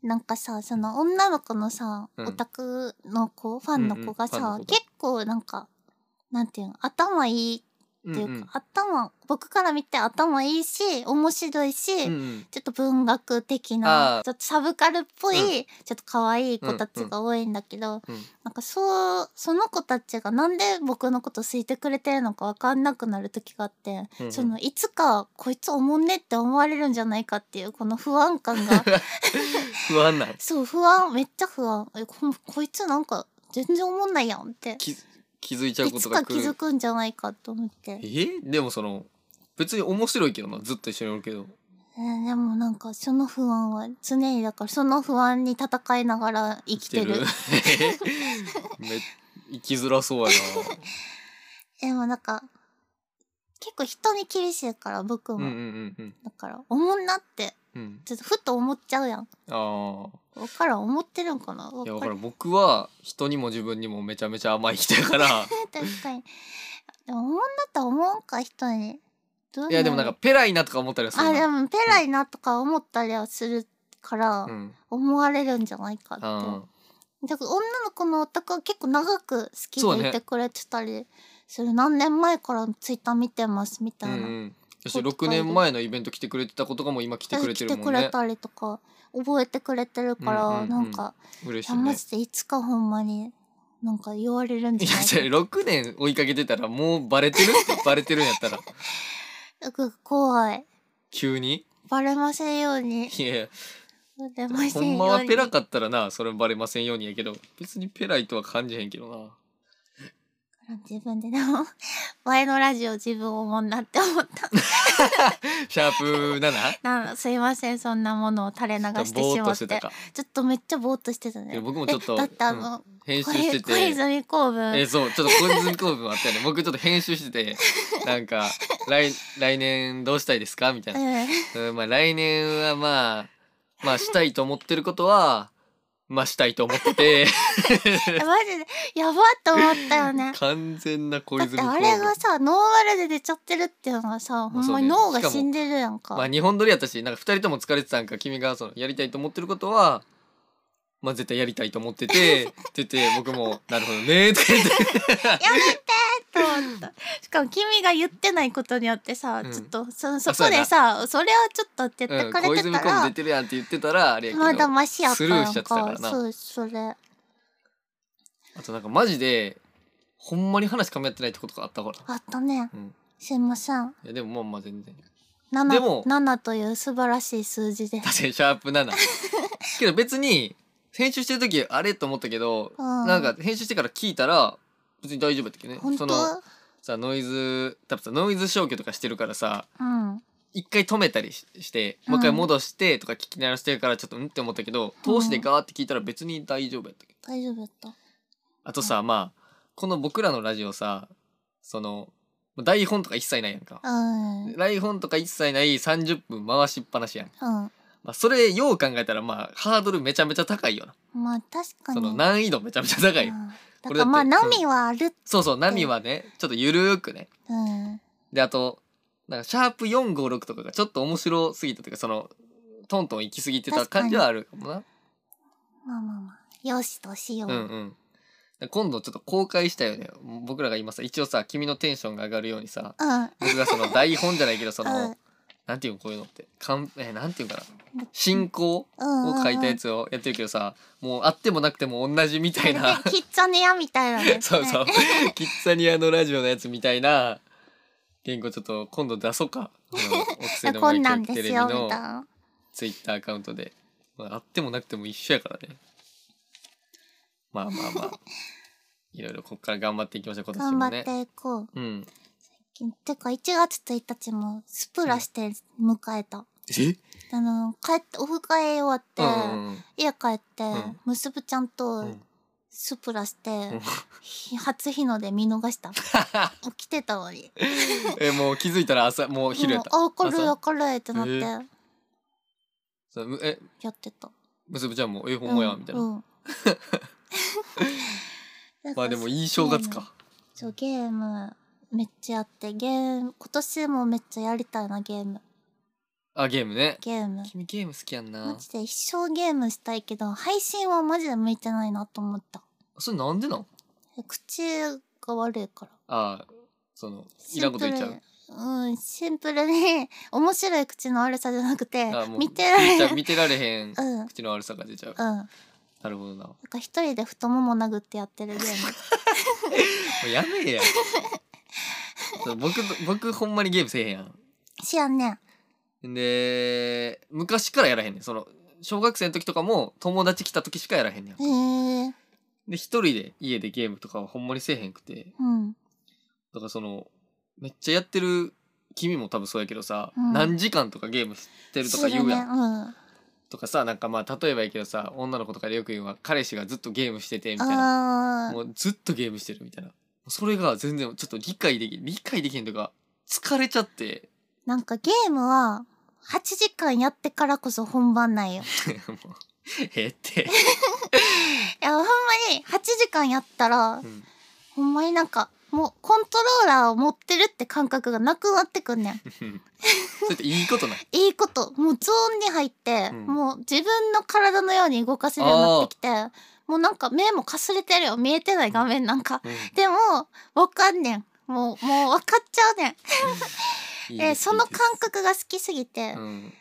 A: なんかさその女の子のさ、
B: うん
A: オタクの子ファンの子がさ、
B: うんうんファンの子だ
A: 結構なんかなんていうの頭いいっていうか、
B: うんうん
A: 頭僕から見て頭いいし面白いし、
B: うんうん
A: ちょっと文学的
B: あ
A: な
B: ー
A: ちょっとサブカルっぽい、
B: うん
A: ちょっと可愛い子たちが多いんだけど、
B: うん
A: なんかそうその子たちがなんで僕のこと好いてくれてるのか分かんなくなる時があって、
B: うんうん
A: そのいつかこいつおもんねって思われるんじゃないかっていうこの不安感が
B: 不安なん
A: そう不安めっちゃ不安えここいつなんか全然おもんないやんって
B: 気づ気づいちゃう
A: い
B: こと
A: つ
B: が
A: か
B: 来
A: 気づ
B: る
A: くんじゃないかと思って
B: え、でもその別に面白いけどなずっと一緒におるけど
A: えーでもなんかその不安は常にだからその不安に戦いながら生きてる
B: 生きてる め生きづらそうや
A: でもなんか結構人に厳しいから僕
B: なうん
A: も、
B: うんうんうん
A: だからおもんなって
B: うん
A: ちょっとふと思っちゃうやん
B: あ
A: わからん思ってるんかなわ
B: あい
A: ら
B: やだ
A: ん
B: からん僕は人にも自分にもめちゃめちゃ甘い人やから
A: 確かに。でも、女と思うんか、人に。どう
B: いやでもなんかペライなとか思ったりはする
A: あ、で
B: な
A: も、ペライなとか思ったりはするから、
B: うん
A: 思われるんじゃないかって。
B: あー
A: だから、女の子のオタクは結構長く好き
B: そう
A: で
B: ね
A: いてくれてたりする。何年前からツイッター見てますみた
B: う
A: い
B: ん
A: な。
B: うんそして6年前のイベント来てくれてたことがもう今来てくれて
A: 来
B: る
A: て
B: も
A: く
B: ん
A: れ
B: ね
A: たりとか、覚えてくれてるから、
B: うんうんうん
A: なんか、い
B: 嬉し
A: や、
B: いね
A: マジでいつかほんまに、なんか言われるん
B: い
A: じ
B: や
A: ゃないか
B: じゃあ6年追いかけてたらもうバレてるってバレてるんやったら
A: うっ怖い。
B: 急に
A: バレませんように。
B: いやいや
A: 出ませ
B: ほ
A: んように
B: んまはペラかったらなそれバレませんようにやけど別にペライとは感じへんけどな
A: 自分ででも前のラジオ自分おもんなって思った
B: シャープ 7?
A: なんだすいませんそんなものを垂れ流して
B: ぼ
A: し
B: ーっ
A: ま
B: と
A: っ
B: して
A: て
B: たか
A: ちょっとめっちゃぼーっとしてた
B: いや
A: ね
B: 僕もちょっと
A: えだってあの、
B: 編集
A: 小
B: して
A: 泉小
B: て
A: 泉公文
B: えそうちょっと小泉公文あったよね僕ちょっと編集しててなんか来来年どうしたいですかみたいなうん、まあ来年はまあまあしたいと思ってることはまあしたいと思って て
A: うんえマジで やばって思ったよ ね
B: 完全な小
A: だっ
B: 泉
A: て
B: 公
A: あ
B: 文
A: れがさノーマルで出ちゃってるっていうのはさほんまに
B: まあそ
A: 脳
B: うね
A: が死んでるやんか
B: まあ日本撮りやったしなんか2人とも疲れてたんか君がそのやりたいと思ってることはまあ絶対やりたいと思っ ててって言って僕も「なるほどね」とか言って
A: やめてと思 ったしかも君が言ってないことによってさ、
B: うん
A: ちょっとそそこでさそれはちょっとって言っ
B: う
A: て
B: ん
A: くれ
B: 小
A: て
B: 泉
A: た
B: 公文
A: ら、
B: 出てるやんって言ってたらあれやけど
A: まだマシやった
B: ス
A: ん
B: ル
A: か
B: ーしちゃってたからな
A: そうそれ
B: あとなんかマジでほんまに話かみ合ってないってことがあったから、
A: あったね
B: うん、
A: すいません
B: いやでもまあまあ全然でも
A: 7 7という素晴らしい数字で
B: 確かにシャープ7 けど別に編集してる時あれと思ったけど、
A: うん
B: なんか編集してから聞いたら別に大丈夫やったっけどね
A: 本
B: そ
A: 当
B: のさノイズ多分さノイズ消去とかしてるからさ
A: うん
B: 一回止めたりしして
A: うん
B: もう一回戻してとか聞き鳴らしてるからちょっとうんって思ったけど、
A: うん
B: 通してガーって聞いたら別に大丈夫やったっけ
A: 大丈夫やった
B: あとさ、まあこの僕らのラジオさその台本とか一切ないやんか、
A: うんうん
B: 台本とか一切ない30分回しっぱなしやん、まあ、それよう考えたらまあハードルめちゃめちゃ高いよな
A: まあ確かに
B: その難易度めちゃめちゃ高いよ、
A: うんだ
B: こ
A: か
B: れだ
A: ら
B: って
A: まあ
B: うん
A: 波はある、
B: そうそう波はねちょっとゆるーくね
A: うん、
B: であとなんかシャープ456とかがちょっと面白すぎたというかそのトントン行き過ぎてた感じはあるかもな
A: まあまあまあよしとしよう、
B: うんうんで今度ちょっと公開したいよね僕らが今さ一応さ君のテンションが上がるようにさ
A: うん
B: 僕が その台本じゃないけどその、
A: うん
B: なんていうのこういうのってかんえなんていうかな進行
A: うんうんうん
B: を書いたやつをやってるけどさもうあってもなくても同じみたいな
A: キッザネアみたい なね
B: そうそう。キッザニアのラジオのやつみたいな言語ちょっと今度出そ うか。あのお薬の
A: こ
B: マ
A: ん
B: イ
A: な
B: ケ
A: ん
B: ル
A: で
B: テレ
A: す
B: ビ
A: よみたい
B: の
A: な
B: ツイッターアカウントで。まあ、あってもなくても一緒やからね。まあまあまあ。いろいろここから頑張っていきましょう、今年
A: 頑
B: も
A: 張っ
B: ね。
A: ていこう
B: うん。
A: てか1月1日もスプラして迎えた、
B: え
A: あの帰ってオフ会終わって、
B: うんうん
A: 家帰って、
B: ん
A: むすぶちゃん
B: う
A: と
B: ん。
A: スプラして、
B: うん
A: ひ 初日の出見逃 した起きてたのに
B: え、もう気づいたら朝、もう昼やった。
A: もうあ明るい
B: 朝
A: 明るいってなっ
B: え
A: て
B: ーそうむえ、
A: やってた、
B: むすぶちゃんも、え、ほんまや、みたいな。
A: うん だか
B: まあ
A: ら
B: でも、いい正月か。
A: そうゲームめっちゃやってゲーム今年もめっちゃやりたいなゲーム
B: あ、ゲームね。
A: ゲーム
B: 君ゲーム好きやん
A: マ
B: な。
A: ジで一生ゲームしたいけど配信はマジで向いてないなと思った
B: それなんでなん
A: 口が悪いから
B: ああ、その、いらんこと言っちゃう。
A: うんシンプルに 面白い口の悪さじゃなくて
B: あもう
A: 見てられ
B: 見
A: る
B: ちゃ見てられへん
A: うんうん
B: 口の悪さが出ちゃう
A: なん
B: なるほどなも
A: か一人で太もも殴ってやってるゲーム
B: うや めえやそう僕僕ほんまにゲームせえへんや
A: 知らんねん
B: んで昔からやらへんねんその小学生の時とかも友達来た時しかやらへんねん
A: へえー、
B: で一人で家でゲームとかはほんまにせえへんくて
A: うん
B: だからそのめっちゃやってる君も多分そうやけどさ、
A: うん
B: 何時間とかゲームしてるとか
A: 知
B: 言
A: る
B: うや
A: ね
B: ん、
A: うん
B: とかさなんかまあ例えばやけどさ女の子とかでよく言うのは彼氏がずっとゲームしててみたいな
A: あ
B: もうずっとゲームしてるみたいな。それが全然ちょっと理解でき、理解できへんというか、疲れちゃって、
A: ーなんかゲームは8時間やってからこそ本番なんよ
B: もう、えって。
A: いや、ほんまに、8時間やったら、
B: うん
A: ほんまになんか、もう、コントローラーを持ってるって感覚がなくなってくんねん。
B: それっていいこ とない。
A: いいこと、もうゾーンに入って、
B: うん
A: もう自分の体のように動かせるようになってきて、もうなんか目もかすれてるよ。見えてない画面なんか。
B: う
A: でも、わかんねん。もう、もうわかっちゃうねん。
B: んいい
A: え
B: です
A: その感
B: いい
A: 覚が好きすぎて、
B: ですうん。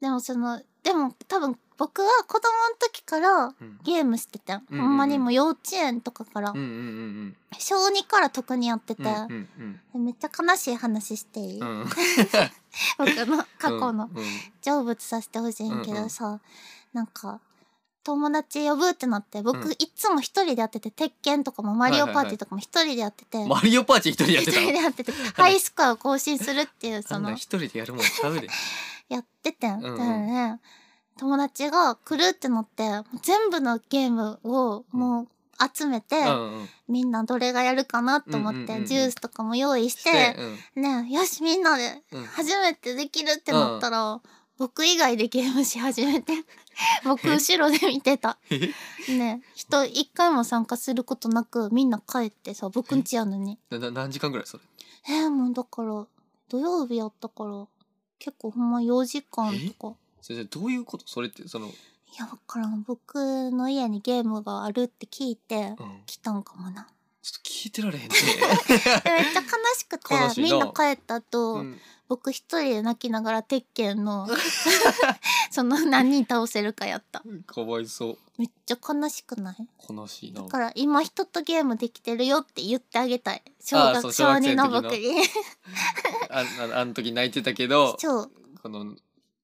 A: でもその、でも多分僕は子供の時から
B: うん
A: ゲームしててん。
B: うん
A: ほんまにもう幼稚園とかから
B: うんう。んうん
A: 小2から特にやってて、
B: うん。うんうんうん
A: めっちゃ悲しい話していい、
B: うんうん。
A: 僕の過去の
B: うんうん
A: 成仏させてほしいんやけどさ、なんか友達呼ぶってなって僕、
B: うん
A: いつも一人でやってて鉄拳とかもマリオパーティーとかも一人でやってて、
B: マリオパーティー一人でや っ
A: 一
B: てた
A: 人で
B: の
A: やっててハイスコアを更新するっていう
B: あ
A: そ
B: んな
A: の
B: 一人でやるもんち ゃうで。
A: やっててん、
B: んうん
A: だからね友達が来るってなって全部のゲームをもう集めて、
B: うんうん。
A: みんなどれがやるかなと思って、
B: うんうんうんうん
A: ジュースとかも用意して
B: して、うん
A: ねえよしみんなで
B: うん
A: 初めてできるってなったら、僕以外でゲームし始 めて僕後ろで見てた
B: え
A: ねえ人一回も参加することなくみんな帰ってさ僕ん家やのに
B: なな何時間ぐらいそれ。
A: えー、もうだから土曜日やったから結構ほんま4時間とか
B: 先生どういうことそれってその、
A: いやわからん僕の家にゲームがあるって聞いて
B: うん
A: 来たんかもな
B: ちょっと聞いてられへん ね。
A: でめっちゃ悲しくて
B: 悲しい
A: み
B: なん
A: な帰った後、
B: うん
A: 僕一人で泣きながら鉄拳 の その何人倒せるかやった
B: かわいそう。
A: めっちゃ悲しくない
B: 悲しいな
A: だ。から今人とゲームできてるよって言ってあげたい小
B: あー
A: 学
B: そう
A: 小
B: 小学
A: 2
B: 生
A: の
B: の時の
A: 僕に
B: あ あのあの時泣いてたけど
A: そう
B: この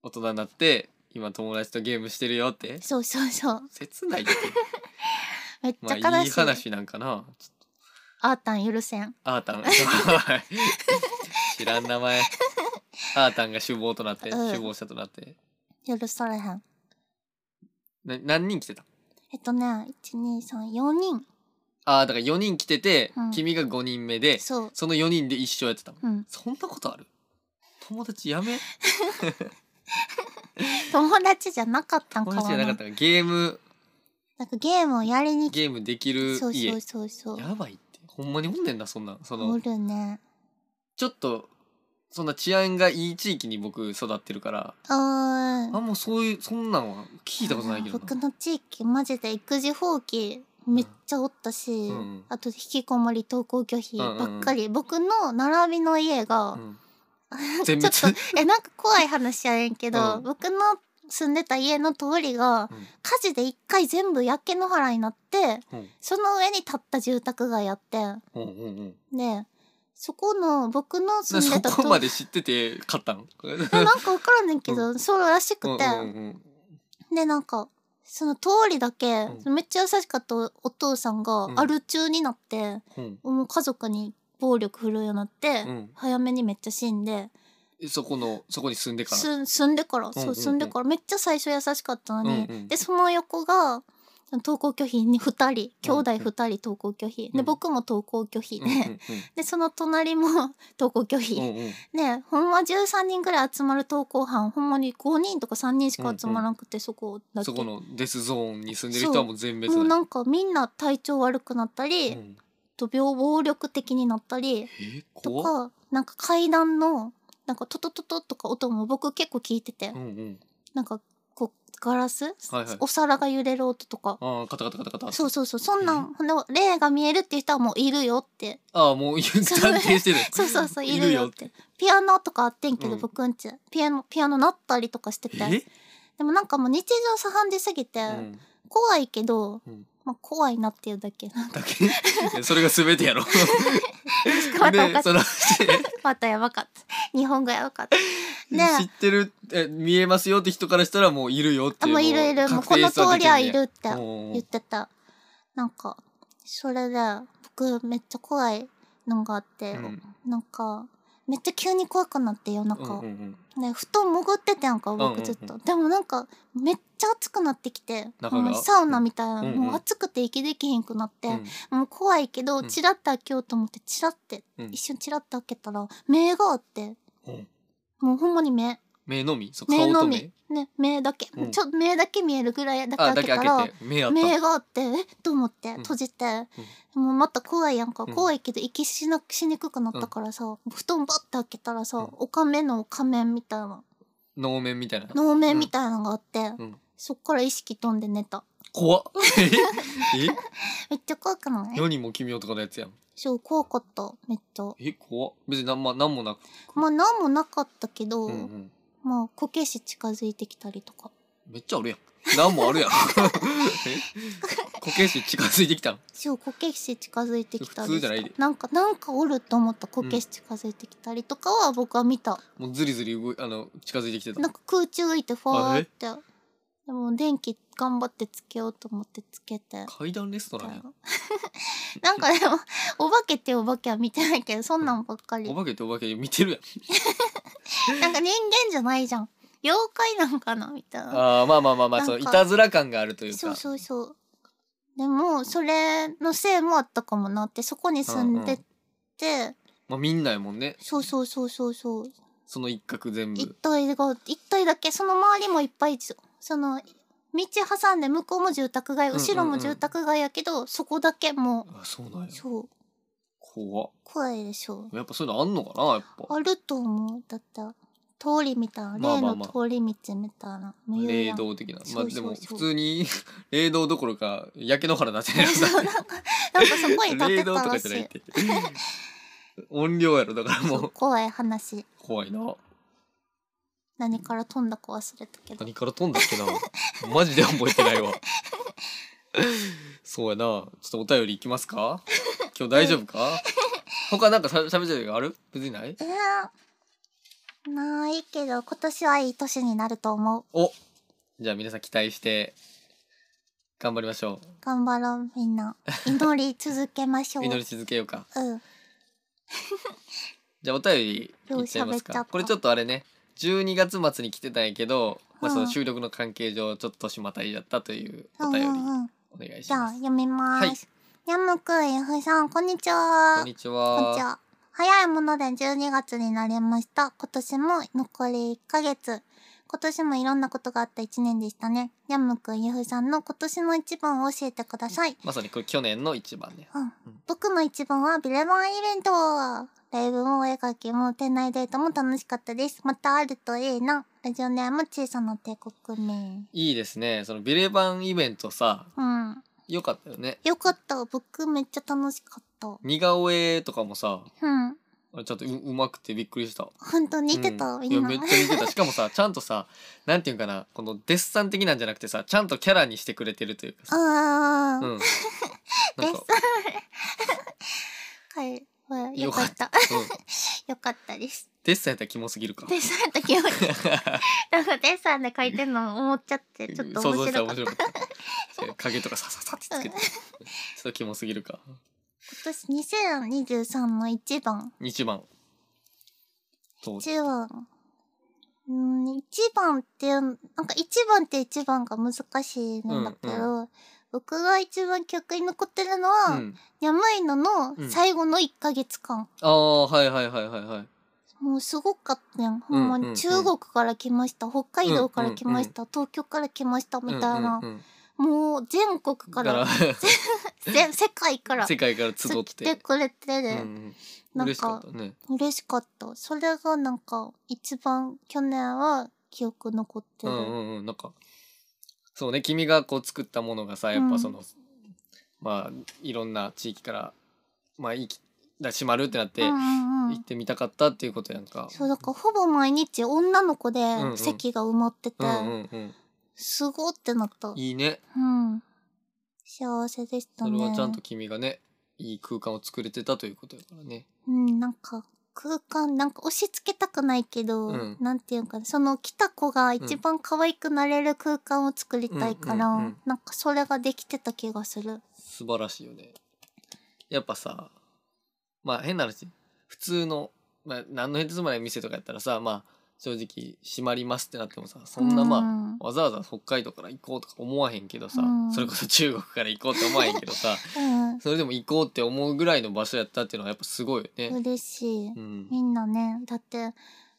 B: 大人になって今友達とゲームしてるよって
A: そうそうそう
B: 切な いって
A: めっちゃ
B: ま
A: 悲しい,、
B: あいい話なんかなちょっと
A: あーたん許せん
B: あーたん知らん名前あーたんが首謀となって
A: うん
B: 首謀者となって、
A: 許されへん
B: な何人来てた
A: えっとね1234人
B: ああだから4人来てて、
A: うん
B: 君が5人目で
A: そう
B: その4人で一生やってたの
A: うん
B: そんなことある友達やめ
A: 友達じゃなかったん
B: 友
A: かも
B: 達じゃなか
A: な
B: ったからゲーム
A: なんかゲームをやりに来
B: ゲームできる家
A: そうそうそうそう
B: やばいってほんまにおんねんなそんなんそ
A: お
B: の
A: るね
B: ちょっとそんな治安がいい地域に僕育ってるから
A: あ
B: あんまそういうそんなんは聞いたことないけどな
A: 僕の地域マジで育児放棄めっちゃおったし、
B: うんうん
A: あと引きこもり登校拒否
B: うんうんうん
A: ばっかり、僕の並びの家が、
B: うん、全
A: ちょ
B: 滅
A: っとえなんか怖い話やねんけど、
B: うん
A: 僕の住んでた家の通りが
B: うん
A: 火事で一回全部焼け野原になって
B: うん
A: その上に建った住宅街やって
B: うんうんうん
A: でそこの僕の住んで
B: そ
A: た
B: こ
A: と
B: まで知ってて買ったん
A: えなんか分からんねんけど、そうらし
B: うん
A: くて、
B: うんうん
A: でなんかその通りだけ、
B: う
A: めっちゃ優しかったおお父さんが、
B: うん
A: ある中になって
B: うん
A: もう家族に暴力振るうようになって、
B: うん
A: 早めにめっちゃ死んで
B: えそこのそこに住んでから
A: す住んでから、
B: うんうん
A: そううん住んでからめっちゃ最初優しかったのに、
B: うんうん
A: でその横が登校拒否に2人兄弟2人登校拒否、
B: う
A: で
B: ん
A: 僕も登校拒否で、
B: うんうん
A: でその隣も 登校拒否、
B: うんうんうん
A: ねほんま13人ぐらい集まる登校班ほんまに5人とか3人しか集まらなくて、そこだけ
B: そこのデスゾーンに住んでる人はもう全滅
A: もう
B: だ
A: な
B: よ
A: んかみんな体調悪くなったり、
B: うん
A: と病暴力的になったり
B: え
A: と
B: 怖っ
A: かなんか階段のなんかトトトトとか音も僕結構聞いてて、
B: うんうん
A: なんかこうガラス、
B: はいはい
A: お皿が揺れる音とか
B: ああカタカタカタカタ
A: そうそうそうそんなん、ほんで霊が見えるっていう人はもういるよ って
B: ああもう言う断定してる
A: そうそうそういるよってピアノとかあってんけど、
B: うん
A: 僕んちピアノピアノなったりとかしてて
B: え
A: でもなんかもう日常茶飯事すぎて、
B: うん
A: 怖いけど、
B: うん
A: まあ、怖いなっていうだけなんか
B: だけ いやそれが全て やろ
A: またお
B: で
A: かしい
B: その
A: またやばかった日本語やばかったね
B: 知ってるえ見えますよって人からしたらもういるよって
A: あもういるいるもう
B: 確
A: こ
B: 定
A: の
B: した
A: 通
B: 時
A: りは
B: 点
A: い
B: で
A: るって
B: うんうん
A: 言ってたなんかそれで僕めっちゃ怖いのがあって、
B: うん
A: なんかめっちゃ急に怖くなって夜中、
B: うんうんうん
A: ね、布団潜っててんか
B: うんうんう
A: 僕
B: ん
A: ずっと、でもなんかめっちゃ暑くなってきて
B: 中が
A: もうサウナみたいな、
B: うんうん
A: もう暑くて息できへんくなって、
B: うん
A: もう怖いけど
B: ん
A: チラッと開けようと思ってチラッて、
B: うん
A: 一瞬チラッと開けたら目があって
B: うん
A: もうほんまに目
B: 目のみそう
A: 目
B: 顔
A: の
B: と
A: み
B: 目
A: ね目だけ、
B: うん
A: ちょ目だけ見えるぐらいだけ開
B: あだ
A: け
B: け
A: た
B: 開
A: ら
B: けて目あった
A: 目があってえっと思って閉じて、もうまた怖いやんか
B: うん
A: 怖いけど息しなくしにくくなったからさ、布団バッて開けたらさ、
B: うん
A: おかめの仮面みたいな
B: 能面みたいな
A: 能面みたいなのがあって、
B: うん
A: そっから意識飛んで寝た
B: 怖っええ
A: めっちゃ怖くない
B: 世にも奇妙とかのやつやん
A: そう怖かっためっちゃ
B: え怖っ別になん,、まなんもなく
A: まあ何もなかったけど、
B: うんうん
A: まあこけし近づいてきたりとか
B: めっちゃあるやんなんもあるやんえこけし近づいてきたん
A: そうこけし近づいてきたり
B: 普
A: と
B: 通じゃ
A: か
B: ないで
A: なんかなんかおると思ったこけし近づいてきたりとかは僕は見た、
B: もうずりずり動いあの近づいてきてた
A: なんか空中浮いてファーってでも電気頑張ってつけようと思ってつけて
B: 階段レストランやん
A: なん かでもお化けってお化けは見てないけどそんなんばっかり
B: お化けってお化け見てるやん
A: なんか人間じゃないじゃん妖怪なんかなみたいな
B: あーまあまあまあまあそ
A: な
B: う
A: いんか
B: たずら感があるというか
A: そうそうそうでもそれのせいもあったかもなってそこに住んでて、
B: まあ、みんなやもんね
A: そうそうそうそうそう
B: その一角全
A: 一
B: 部
A: 体が一体だけその周りもいっぱいじその道挟んで向こうも住宅街
B: うんうんうん
A: 後ろも住宅街やけど、そこだけも
B: あそうなんや
A: うそう
B: 怖っ
A: 怖いでしょ
B: やっぱそういうのあんのかなやっぱ
A: あると思うだって通りみたいな
B: まあ
A: 例
B: まあ
A: の
B: まあ
A: 通り道みたいな無遊
B: 霊
A: やん
B: 道的な
A: そ
B: まあ
A: う
B: で
A: そう
B: も
A: そう
B: 普通に 霊道どころか焼け野原なってないやつ
A: そうなんかなんかそこ に立て
B: 霊道
A: た
B: と
A: ら
B: か
A: し
B: じゃないっ
A: い
B: て音量やろだからも
A: そう
B: う
A: 怖い話
B: 怖いな
A: 何から飛んだか忘れたけど
B: 何から飛んだっけなマジで覚えてないわ そうやなちょっとお便りいきますか今日大丈夫 か他なんかしゃべってるのある別にない
A: えー、ないけど今年はいい年になると思う
B: おじゃあ皆さん期待して頑張りましょ
A: 頑張ろうみんな祈り続けましょ
B: う
A: う
B: 祈り続けようか
A: うん
B: じゃあお便りいっちゃいます
A: よう喋っちゃっ
B: か
A: た
B: これちょっとあれね12月末に来てたんやけど、まあ、
A: うん
B: その収録の関係上ちょっと年またいだったという
A: うん
B: お
A: う
B: 便り
A: んうん
B: お願いし
A: じゃあ
B: ます、
A: 読みます、ヤムクイフさんこんにちは
B: こんにち
A: こんにち
B: は
A: は。早いもので12月になりました。今年も残り1ヶ月。今年もいろんなことがあった一年でしたね。ヤムくん、ゆふさんの今年の一番を教えてください。
B: まさにこれ去年の一番ね。
A: うん、僕の一番はビレバンイベントライブもお絵描きも店内デートも楽しかったです。またあるといいな。ラジオネーム小さな帝国名。
B: いいですね。そのビレバンイベントさ、
A: うん。
B: 良かったよね。
A: よかった。僕めっちゃ楽しかった。
B: 似顔絵とかもさ、
A: うん。
B: あれちょっとううまくてびっくりした。
A: ほんと似てた、
B: うん
A: み
B: いや
A: んな。
B: めっちゃ似てた。し かもさ、ちゃんとさ、なんていうんかな、このデッサン的なんじゃなくてさ、ちゃんとキャラにしてくれてるというかさ。
A: あ
B: う
A: ー。
B: ん。
A: デッ
B: なん
A: サン
B: か、。
A: はい。はいよ
B: よ
A: か
B: か
A: っ。
B: ったうん、
A: よかったです。
B: デッサンやったらキモすぎるか。
A: デッサンだけ を、なんかデッサンで書いてんの思っちゃって、 ちょっと
B: 想像
A: 面
B: したら
A: 白か
B: 面
A: った。
B: 白かった。影とかさささってつけて。ちょっとキモすぎるか。
A: 今年2023の一番。
B: 一番。そう。
A: 一番。うん、一番っていう、なんか一番って一番が難しいんだけど、僕が一番記憶に残ってるの
B: う
A: は、
B: ん。
A: ニャムイノ
B: う
A: の
B: ん
A: 最後の1ヶ月間。
B: ああ、はいはいはいはいはい。
A: もうすごかったやん。ほんま
B: うんうん
A: に
B: うん
A: 中国から来ました、北海道から来ました、東京から来ました、みたいな
B: うん。うんうん
A: もう全国か
B: だ
A: ら、 全世界から
B: 世
A: 来
B: 界から集って
A: くれて
B: うん
A: で、
B: うん、
A: なん
B: 嬉しか
A: か
B: ったね。
A: 嬉しかった。それがなんか一番去年は記憶残って
B: う
A: る。
B: んうんうんなんかそうね君がこう作ったものがさやっぱその、まあいろんな地域からまあ行きだ閉まるってなって、
A: うんうんう
B: 行っ
A: ん
B: てみたかったっていうことやんか。
A: そうだからほぼ毎日女の子で
B: ん
A: 席が埋まってて、
B: うんうんうん、
A: すごってなった。
B: いいね
A: うん。幸せでした
B: そ
A: ね。
B: れはちゃんと君がねいい空間を作れてたということやからね。
A: うん、なんか、空間、なんか押し付けたくないけど、
B: うん
A: なんていうかな、その来た子が一番可愛くなれる空間を作りたいから、
B: うんうんうん
A: なんかそれができてた気がする。
B: 素晴らしいよね。やっぱさまあ変な話普通の、まあ、何の変哲もない店とかやったらさまあ正直閉まりますってなってもさそんなまあ、
A: うん
B: わざわざ北海道から行こうとか思わへんけどさ、
A: うん
B: それこそ中国から行こうって思わへんけどさ
A: うん、
B: それでも行こうって思うぐらいの場所やったっていうのはやっぱすごいよね。
A: 嬉しい。
B: うん
A: みんなね、だって、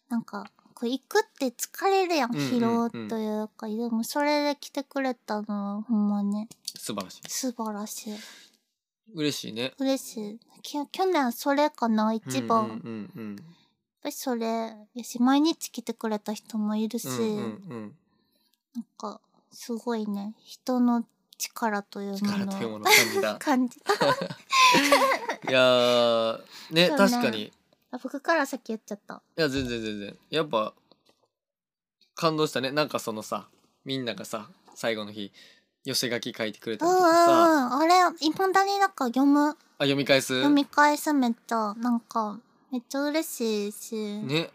A: なんか、こう行くって疲れるやん、
B: うんうん
A: 疲労というか、でもそれで来てくれたのは、ほんまね、
B: 素晴らしい。
A: 素晴らしい。
B: 嬉しいね。
A: 嬉しい。き去年それかな、一番。やっ
B: うんうんうん
A: ぱりそれ、やし、毎日来てくれた人もいるし、
B: うんうんうん
A: なんか、すごいね、人の力というも
B: 力という
A: の
B: も
A: を
B: のを感じ た。
A: 感じた。
B: いやーね
A: そうね
B: 確かにい
A: あ僕から先言っちゃった。
B: や全然全然やっぱ感動したねなんかそのさみんながさ最後の日寄せ書き書いてくれた
A: うん
B: り
A: う
B: と
A: んう
B: かさあ
A: ん。あれ、今だになんか読む。
B: 読み返す
A: 読み返すめっちゃなんかめっちゃ嬉しいし、
B: ね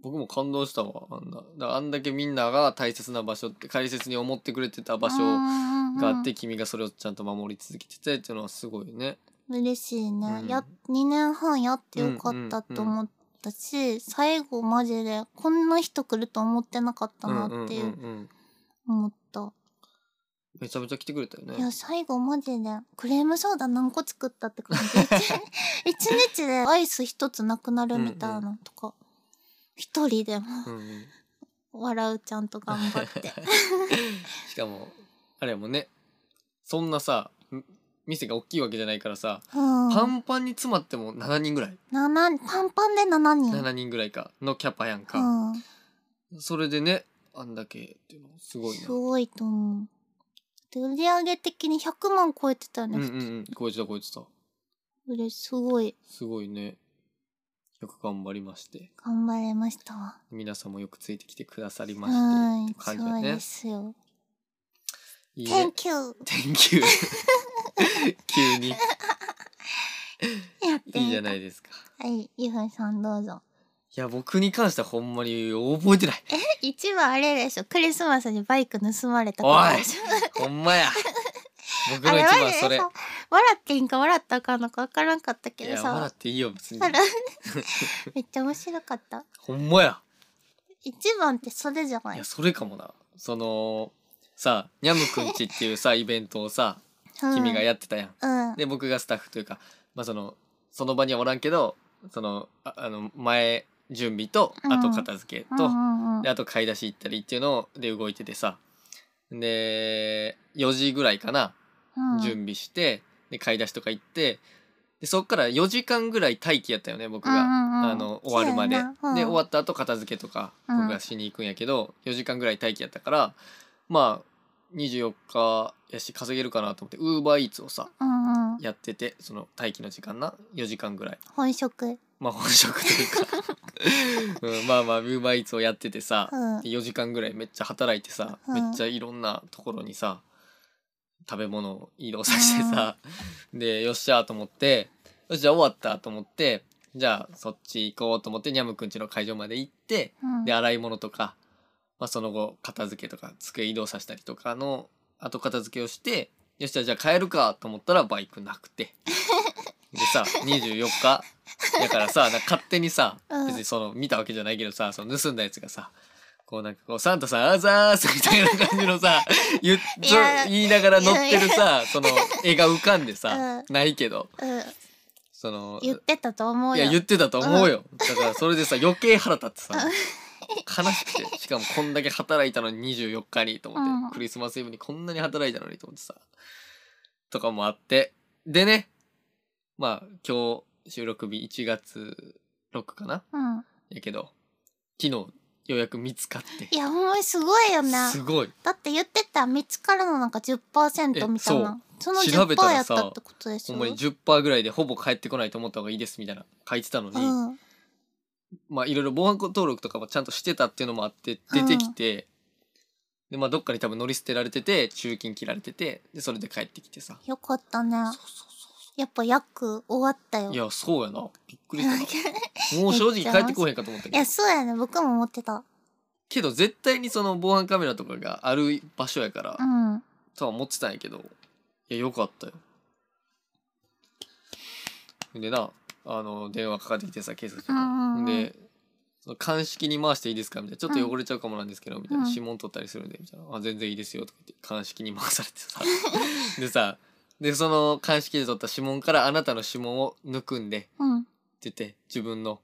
B: 僕も感動したわあんなだからあんだけみんなが大切な場所って大切に思ってくれてた場
A: うん
B: 所
A: うんうん
B: があって、君がそれをちゃんと守り続けててっていうのはすごいね
A: 嬉しいね、
B: うん
A: や2年半やってよかったと思ったし、最後マジでこんな人来ると思ってなかった
B: うん
A: なって
B: うんうんうん
A: 思った、め
B: めちゃめちゃ来てくれたよね
A: いや最後マジでクレームソーダ何個作ったって感じ 一日でアイス一つなくなるみたいなのとか一人でも
B: うんうん
A: 笑うちゃんと頑張 って
B: しかもあれもねそんなさん店が大きいわけじゃないからさ
A: うん
B: パンパンに詰まっても7人ぐらい
A: 七パンパンで7人
B: 7人ぐらいかのキャパやんか
A: うん
B: それでねあんだけっていうのすごいな
A: すごいと思う。で売り上げ的に100万超えてたよね。
B: う
A: うん
B: うんうんこいつだこいつだ
A: れすごい
B: すごいね。よく頑張りまして、
A: 頑張れましたわ。
B: 皆さんもよくついてきてくださりま
A: は
B: して、
A: い
B: って、感じ
A: そ
B: だ
A: うで
B: ね。
A: すよ。
B: いいね
A: Thank you!
B: Thank you 急に。
A: やってみた
B: いいじゃないですか。
A: はい、ゆふさんどうぞ。
B: いや、僕に関してはほんまに覚えてない。
A: 一番あれでしょ、クリスマスにバイク盗まれた ことでしょ。
B: ほ んまや。僕
A: あ
B: の
A: れ
B: 一
A: マ
B: 番
A: ジ
B: そ
A: で
B: れ。い
A: さ、笑っていいんか笑ったらあかんのかわからんかったけど
B: や、
A: さ
B: 笑っ、ていいよ、別に
A: あ。らめっちゃ面白かった。
B: ほんまや。
A: 一番ってそれじゃないい
B: や、。それかもな。その、さ、にゃむくんちっていうさ、イベントをさ、君がやってたやん。
A: うん、 うん、
B: で僕がスタッフというか、まあ、そのその場にはおらんけどそのああの前準備と
A: うん
B: あと片付けと、
A: うんうん
B: であと買い出し行ったりっていうので動いててさで4時ぐらいかな
A: うん、
B: 準備して、で買い出しとか行ってでそっから4時間ぐらい待機やったよね僕が、あの終わるまで、で終わ
A: っ
B: った後片付けとか
A: うん
B: 僕がしに行くんやけど、4時間ぐらい待機やったからまあ24日やし稼げるかなと思ってウーバーイーツをさ
A: た、うんうん、
B: やっててその待機の時間な4時間ぐらい
A: 本職、
B: まあ本職と いうか、うん、まあまあウーバーイーツをやっててさ、
A: うん
B: で4時間ぐらいめっちゃ働いてさ、
A: うん
B: めっちゃいろんなところにさ食べ物を移動させてさ、でよっしゃーと思ってよしじゃあ終わったと思ってじゃあそっち行こうと思ってにゃむくんちの会場まで行って
A: うん、
B: で洗い物とか、まあ、その後片付けとか机移動させたりとかの後片付けをしてよっしゃじゃあ帰るかと思ったらバイクな くてでさ24日だからさなんか勝手にさ
A: うん
B: 別にその見たわけじゃないけどさその盗んだやつがさこうなんかこうサンタさんあざーすみたいな感じの さ言っ
A: いや
B: 言いながら乗ってるさその絵が浮かんでさ、
A: う
B: ないけど
A: うん、
B: その
A: 言ってたと思う
B: い
A: よ
B: や言ってたと思うよ、だからそれでさ余計腹立ってさ悲しくてしかもこんだけ働いたのに24日にと思って、
A: うん
B: クリスマスイブにこんなに働いたのにと思ってさとかもあってでねまあ今日収録日1月6かな
A: うん、
B: やけど昨日ようやく見つかって
A: いやほんまにすごいよね
B: すごい
A: だって言ってた見つかるのなんか10%みたいなその
B: 調べた
A: 10%や
B: ら
A: っ
B: さ
A: たってことでし
B: ほ
A: ょ
B: んまに10%ぐらいでほぼ帰ってこないと思った方がいいですみたいな書いてたのに、
A: うん
B: まあいろいろ防犯登録とかもちゃんとしてたっていうのもあって出てきて、でまあどっかに多分乗り捨てられてて中金切られててでそれで帰ってきてさ
A: よかったね
B: そうそうそ
A: やっぱ約終わったよ
B: ういやそうやなびっくりし
A: い
B: たなもう正直帰ってこへんかと思ったけど
A: やそうやね僕も思ってた
B: けど絶対にその防犯カメラとかがある場所やから、
A: うん
B: とは思ってたんやけどいやよかったよでなあの電話かかってきてさ警察と
A: うんうんう
B: か
A: ん
B: でその鑑識に回していいですかみたいなちょっ
A: う
B: と
A: ん
B: 汚れちゃうかもなんですけどみたいな、
A: うん
B: 指紋取ったりするんでみたいなあ全然いいですよとか言って鑑識に回されて さでさでその鑑識で取った指紋からあなたの指紋を抜くんで
A: うん
B: って言って自分の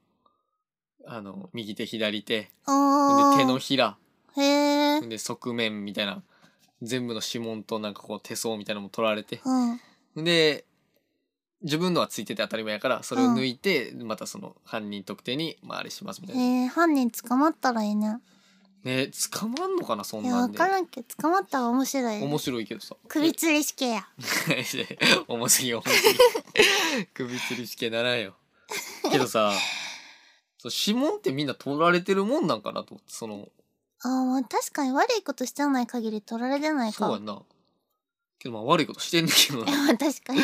B: あの右手左手
A: おー
B: で手のひら
A: へえ
B: で側面みたいな全部の指紋となんかこう手相みたいなのも取られて
A: うん
B: で自分のはついてて当たり前やからそれを抜いて、またその犯人特定に、まあ、あれしますみたいな、
A: えー、犯人捕まったらいいね
B: ね捕まんのかなそん
A: いや
B: な
A: わ
B: んで
A: からんけど捕まったら面白い
B: 面白いけどさ
A: 首吊り死刑や
B: え 重すぎ重すぎ首吊り死刑ならんよけどさそう指紋ってみんな取られてるもんなんかなと思ってその
A: あーまあ確かに悪いことしてない限り取られてないか
B: そうやんなけどまあ悪いことしてんねんけどない
A: やまあ 確かに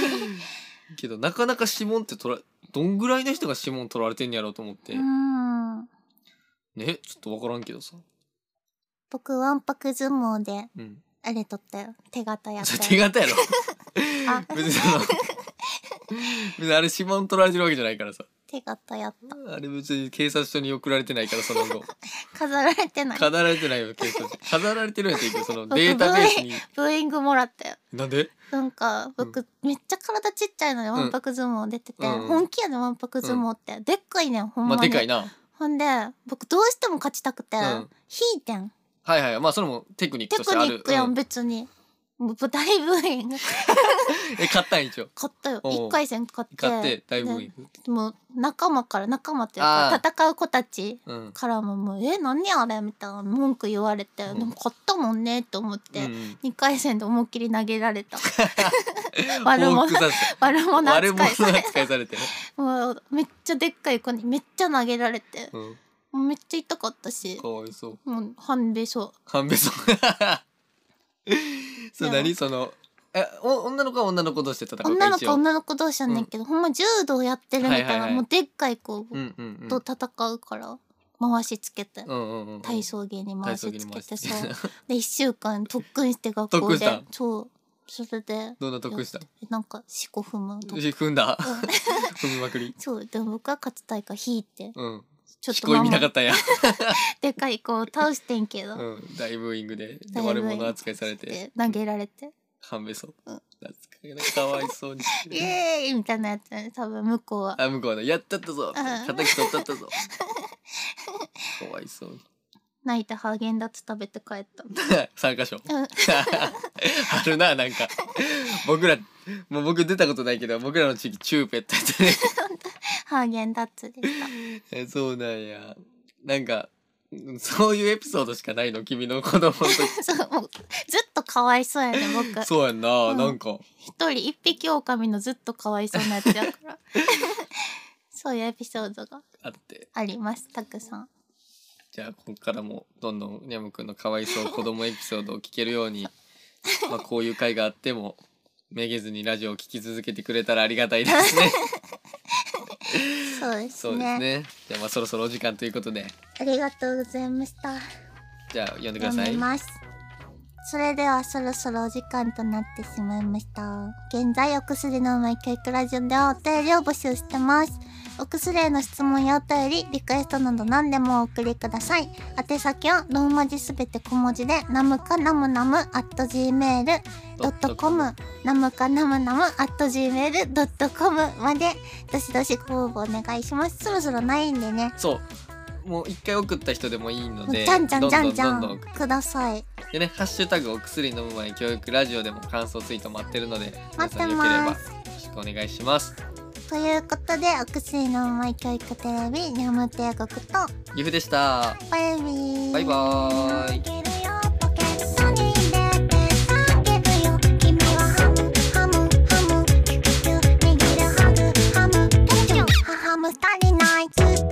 B: けどなかなか指紋って取らどんぐらいの人が指紋取られてんやろうと思って、
A: うん
B: ねちょっと分からんけどさ、
A: 僕わんぱく相撲で
B: うん、
A: あれ取ったよ手形やっ
B: それ
A: た
B: 手
A: よ
B: 形やろ
A: あ
B: 別にその別にあれ指紋取られてるわけじゃないからさ
A: 手形やった
B: あれ別に警察署に送られてないからその後
A: 飾られてない
B: 飾られてないよ警察署飾られてるやついいけどそのデータベースに
A: ブーイングもらったよ
B: なんで
A: なんか僕、めっちゃ体ちっちゃいのにわんぱく相撲出てて、
B: うんうん
A: 本気やねわんぱく相撲って、でっかいねんほん
B: ま
A: ま
B: あ
A: に、
B: でかいな
A: ほんで僕どうしても勝ちたくて、
B: うん
A: 引いてん
B: はいはいまあそれもテクニック
A: テ
B: とし
A: ク
B: てあ
A: ニ
B: る
A: ックやん、
B: うん
A: 別にもう大ブーイング
B: え買ったん一応
A: 勝ったよ
B: おう
A: 一回戦勝って
B: 買って大分
A: でもう仲間から仲間っていう
B: あ
A: か
B: ー
A: 戦う子たち
B: うん
A: からももう「え何あれ?」みたいな文句言われて、
B: うん
A: でも勝ったもんねって思っ
B: う
A: て、
B: ん
A: 二回戦で思いっきり投げられ た悪
B: 往
A: 者
B: 復さ せ
A: 悪
B: た
A: 者
B: 悪
A: 扱
B: 者
A: いされ
B: 扱いされ てね、
A: もうめっちゃでっかい子にめっちゃ投げられて
B: うん
A: もうめっちゃ痛かったし
B: かわいそう。
A: もう半べそ
B: 半 べそ。
A: で
B: そう、
A: も
B: 何その、え、お女の子は女の子同士で戦うか
A: 女の子
B: 一応
A: 女の子同士やねんけど、ほんま柔道やってるみたいな、
B: はいはいはい
A: もうでっかい子
B: うんうんうん。
A: と戦うから回しつけて、
B: うんうんうん。
A: 体操芸に回しつけ
B: 体
A: て
B: 操着
A: そ
B: に回し
A: う
B: て
A: で1週間特訓して学
B: 特
A: 校
B: 訓した
A: で
B: ん
A: そうそれで
B: どんな得した
A: なんか四股踏むとか
B: 踏んだ踏みまく り。
A: そうでも僕は勝ちたいから引いて
B: うん。
A: ちょっ
B: 聞
A: と
B: こえ
A: マ
B: 見
A: マ
B: なかったんや。
A: でかい子を倒してんけど、
B: うん。大ブーイングで、で
A: 大ブーイン
B: 悪
A: グ
B: 者扱いされて、
A: で投げられて
B: 半べそ。
A: うん
B: 懐かしい。かわい そうに。
A: イエーイみたいなやつね多分向こうは
B: あ、向こうの、やったったぞ
A: うん
B: 叩き取ったったぞかわいそうに。
A: 泣いてハーゲンダッツ食べて帰った。
B: 3箇所。
A: うん、
B: あるな、なんか。僕ら、もう僕出たことないけど、僕らの地域、チューペットってね。
A: ハーゲンダッツでした。
B: えそうなんや。なんか、うんそういうエピソードしかないの、君の子供の時。
A: そうもうずっとかわいそうやね僕
B: そうやんな、
A: うん
B: なんか。
A: 一人一匹狼のずっとかわいそうなやつやから そういうエピソードが
B: あって。
A: ありますたくさん
B: じゃあ、ここからも、どんどん、にゃむくんのかわいそう子供エピソードを聞けるように、まあ、こういう回があっても、めげずにラジオを聞き続けてくれたらありがたい ですね。
A: そうですね
B: そうですね。じゃあ、まあ、そろそろお時間ということで、
A: ありがとうございました
B: じゃあ、読んでくださ
A: 読
B: い
A: み。ますそれではそろそろお時間となってしまいました現在お薬のうまい教育ラジオではお便りを募集してますお薬への質問やお便りリクエストなど何でもお送りください宛先はローマ字すべて小文字でナムカナムナム at gmail.com ナムカナムナム at gmail.com までどしどしご応募お願いしますそろそろないんでね
B: そう。もう一回送った人でもいいの
A: もう
B: で、
A: じゃんじゃんじゃんじゃ
B: どんどんどんどん
A: んください
B: でね、ハッシュタグお薬飲む前教育ラジオでも感想ツイート待ってるので、皆
A: 待っ
B: さん
A: て
B: よければ
A: ま
B: よ
A: す
B: ろしくお願いします。
A: ということで、お薬のうまい教育テレビ、ニャム帝国と、
B: ゆふでした。
A: バイビー。
B: バイバーイ。
A: ハム足りない。